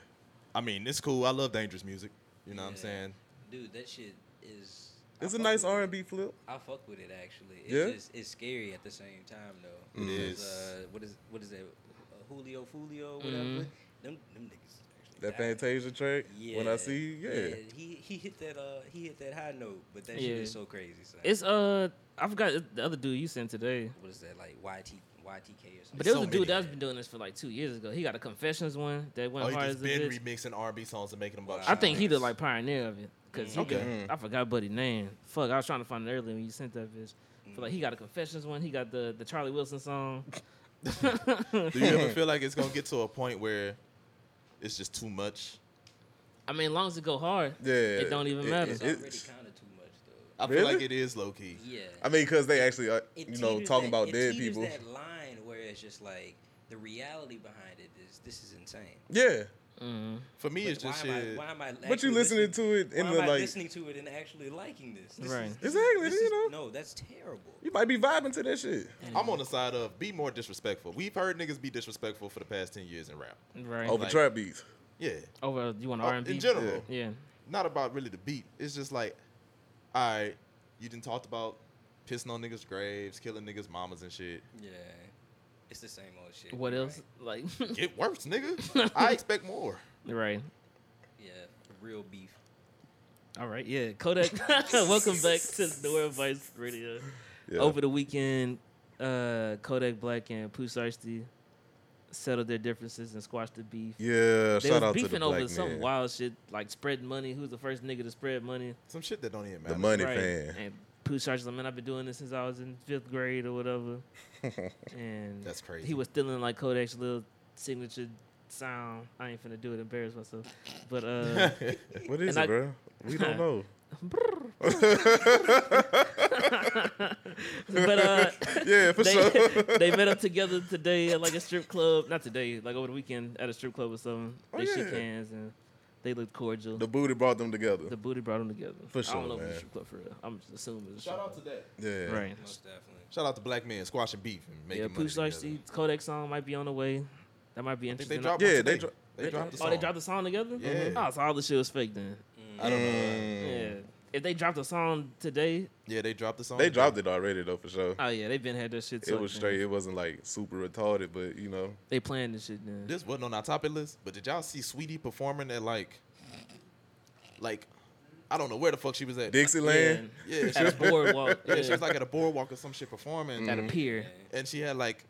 A: I mean, it's cool. I love dangerous music. You know what I'm
D: Yeah.
A: saying?
D: Dude, that shit is. I
B: It's a
D: fuck
B: nice
D: with it.
B: R and B flip.
D: I fuck with it actually. It's
B: Yeah?
D: just, it's scary at the same time though.
A: It
D: Because,
A: is.
D: Uh, what is what is that? Uh, Julio Fulio, whatever.
C: Mhm.
D: Them them niggas. actually
B: That
D: die.
B: Fantasia track. When I see you, yeah.
D: He he hit that uh he hit that high note, but that
C: Yeah.
D: shit is so crazy. Son.
C: It's uh, I forgot the other dude you sent today.
D: what is that like YT YTK or something?
C: But there was
A: so
C: a dude
A: many.
C: that's been doing this for like two years ago. He got a confessions one that went
A: Oh, he
C: hard
A: just
C: as a
A: been
C: bitch.
A: remixing R&B songs and making them about.
D: Wow.
C: I
A: shit
C: think he the
A: niggas.
C: like pioneer of it. Cause he
A: Okay.
C: got- I forgot buddy name. Fuck, I was trying to find it earlier when you sent that bitch. But
A: Mm.
C: like he got a confessions one. He got the the Charlie Wilson song.
A: Do you ever feel like it's gonna get to a point where it's just too much?
C: I mean, as long as it go hard,
B: Yeah.
C: it don't even matter.
D: it's
B: it-
D: already
B: it's-
D: kind of too much though.
A: I feel
B: Really?
A: like it is low key.
D: Yeah.
B: I mean, because they actually, are,
D: It
B: you know,
D: teeters
B: talking
D: that-
B: about
D: it
B: dead
D: teeters
B: people.
D: That line where it's just like the reality behind it is this is insane.
B: Yeah,
C: Mhm.
A: For me,
D: But
A: it's just
D: why am I-
A: shit.
D: why am I
B: but you
D: actually
B: listening to it
D: why
B: in
D: am
B: the
D: I
B: like,
D: listening to it and actually liking this? This
C: Right.
D: Is, this
B: Exactly,
D: Is, this
B: you
D: is-
B: know.
D: No, that's terrible.
B: you might be vibing to that shit.
A: I'm on the side of be more disrespectful. We've heard niggas be disrespectful for the past ten years in rap.
C: right
B: Over
A: Like-
B: trap beats.
A: Yeah,
C: over. You want
A: Oh,
C: R and B
A: in general.
B: Yeah.
C: Yeah,
A: Not about really the beat. It's just like, all right, you didn't talked about pissing on niggas' graves, killing niggas' mamas and shit.
D: Yeah, it's the same old shit.
C: what
D: you're
C: else?
D: right.
C: Like
A: Get worse, nigga. I expect more.
C: right.
D: Yeah, real beef.
C: All right, yeah. Kodak, welcome back to the World Vice Radio.
B: Yeah.
C: Over the weekend, uh, Kodak Black and Pooh Sarsti settled their differences and squashed the beef. They
B: Yeah, shout
C: was
B: out to
C: beefing
B: the
C: over
B: black
C: some
B: man,
C: wild shit like spreading money. Who's the first nigga to spread money?
A: Some shit that don't even matter.
B: the money
C: Right.
B: fan.
C: And Pooh Sarsti's like, man, I've been doing this since I was in fifth grade or whatever. and
A: That's crazy.
C: He was stealing like Kodak's little signature sound. I ain't finna do it. Embarrass myself. But uh,
B: What is
C: And I-
B: it, bro? We don't know.
C: but uh.
B: Yeah, for
C: they,
B: sure.
C: they met up together today at like a strip club. Not today, like over the weekend at a strip club or something.
B: Oh,
C: they shook
B: yeah.
C: hands and they looked cordial.
B: The
C: The,
B: booty brought them together.
C: booty brought them together.
B: For
C: I don't
B: sure,
C: know if
B: man.
C: it's a strip club for real. I'm just assuming it's a strip
A: Shout out
C: club.
A: to that.
B: yeah.
C: Right.
D: Most definitely.
A: Shout out to black men squashing beef and making
C: Yeah,
A: money.
C: Pooh
A: together.
C: Sarcy, Kodak song might be on the way. That might be
A: I think they
C: interesting.
A: dropped.
B: Yeah,
A: one
B: they
A: today.
B: dro-
A: they dropped the
C: oh,
A: song.
C: they dropped the song together?
A: Yeah.
C: Oh, so all the shit was fake then.
A: I don't know.
B: Mm.
C: Yeah. If they dropped a song today,
A: Yeah, they dropped the song.
B: They dropped it already though, for sure.
C: oh yeah, they've been had that shit.
B: It
C: sucked
B: was
C: then.
B: straight. It wasn't like super retarded, but you know,
C: They playing this shit then.
A: This wasn't on our topic list, but did y'all see Sweetie performing at like, like, I don't know where the fuck she was at.
B: Dixieland.
A: Yeah, she
C: at
A: was,
C: a boardwalk.
A: yeah, she was like at a boardwalk or some shit performing,
C: at a pier.
A: and she had like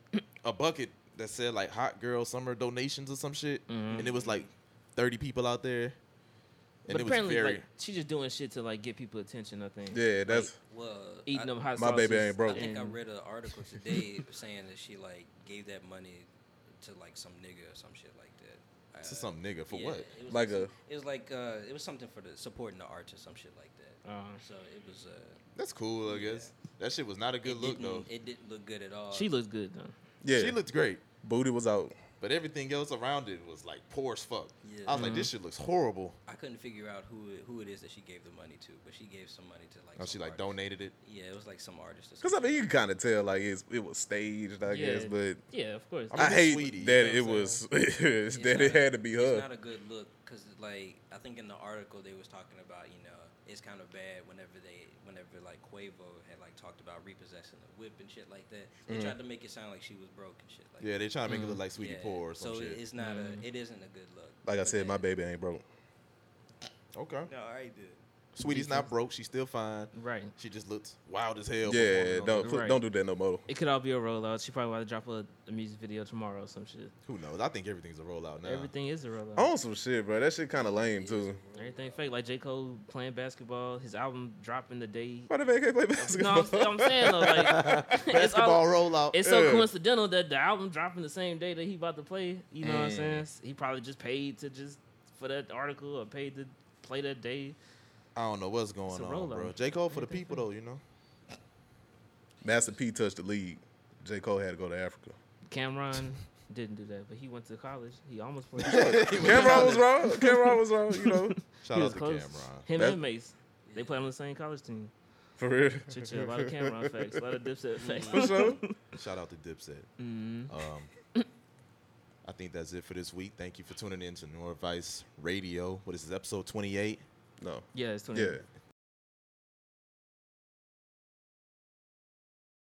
A: a bucket that said like "Hot Girl Summer Donations" or some shit,
D: Mm-hmm.
A: and it was like thirty people out there, and
C: but
A: it was
C: apparently,
A: very.
C: like, she's just doing shit to like get people attention. I think.
B: Yeah, that's
D: Well,
C: Eating
D: I,
C: them hot
B: My baby
C: sauces
B: ain't broke.
D: I think I
C: and-
D: read an article today saying that she like gave that money to like some nigga or some shit like that. Uh,
A: to some nigga for
D: yeah,
A: what?
D: It was
B: Like
D: some-
B: a-
D: It was like uh, it was something for the supporting the arts or some shit like that.
C: Uh,
D: So it was. Uh,
A: That's cool, I
D: Yeah.
A: guess. That shit was not a good
D: it
A: look
D: didn't,
A: though.
D: It didn't look good at all.
C: she looks good though.
B: yeah.
A: She looked great.
B: booty was out.
A: But everything else around it was like poor as fuck.
D: Yeah.
A: I was like, this shit looks horrible.
D: I couldn't figure out who it, who it is that she gave the money to, but she gave some money to like.
A: And Oh,
D: some
A: she like
D: artist.
A: donated it.
D: Yeah, it was like some artist. Or
B: Cause I
D: something.
B: mean, you can kind of tell like it's, it was staged, I
C: yeah.
B: guess, but.
C: yeah, of course.
A: I
B: I
A: mean,
B: hate
A: sweetie, you
B: that
A: know
B: it
A: what I'm
B: was that
D: not
B: it
D: a-
B: had to be
D: It's
B: her.
D: not a good look because, like, I think in the article they was talking about, you know, it's kind of bad whenever they, whenever like Quavo had like talked about repossessing the whip and shit like that.
B: Mm.
D: They tried to make it sound like she was broke and shit. Like
A: Yeah,
D: that.
A: they trying to make
C: mm,
A: it look like Sweetie
D: Yeah,
A: Poor or some
D: so
A: shit.
D: it's not a, it isn't a good look.
B: Like I
D: But
B: said, my
D: then-
B: baby ain't broke.
A: Okay.
D: No, I did.
A: Sweetie's not broke. She's still fine.
C: right.
A: She just looked wild as hell. performing
B: Yeah,
A: on
B: don't
A: it.
B: put-
C: Right.
B: don't do that no more.
C: It could all be a rollout. She probably want to drop a, a music video tomorrow or some shit.
A: Who knows? I think everything's a rollout now.
C: Everything is a rollout.
B: On some shit, bro. That shit kind of lame too.
C: Everything fake. Like J Cole playing basketball. His album dropping the day.
B: Why the man can't play
C: No, I'm,
B: basketball?
C: I'm saying though, like it's,
A: Basketball
C: all,
A: rollout.
C: it's so
B: yeah.
C: coincidental that the album dropping the same day that he about to play. You know what I'm saying? He probably just paid to just for that article or paid to play that day.
A: I don't know what's going
C: It's a
A: on, bro.
C: rollout.
A: J. Cole for the people though, you know?
B: Master P touched the league. J Cole had to go to Africa.
C: Cameron didn't do that, but he went to college. He almost played.
B: Cameron was wrong. Cameron was wrong. You know.
A: Shout
C: He
A: out
C: was
A: to
C: close.
A: Cameron.
C: Him
B: That-
C: and Mace. They play on the same college team.
B: For real.
C: Chill, chill. A lot of camera effects, a lot of dipset effects.
B: For sure.
A: Shout out to Dipset.
C: Mm.
A: Um, I think that's it for this week. Thank you for tuning in to North Vice Radio. What is this, episode 28?
B: No.
C: Yeah, it's 20.
B: Yeah.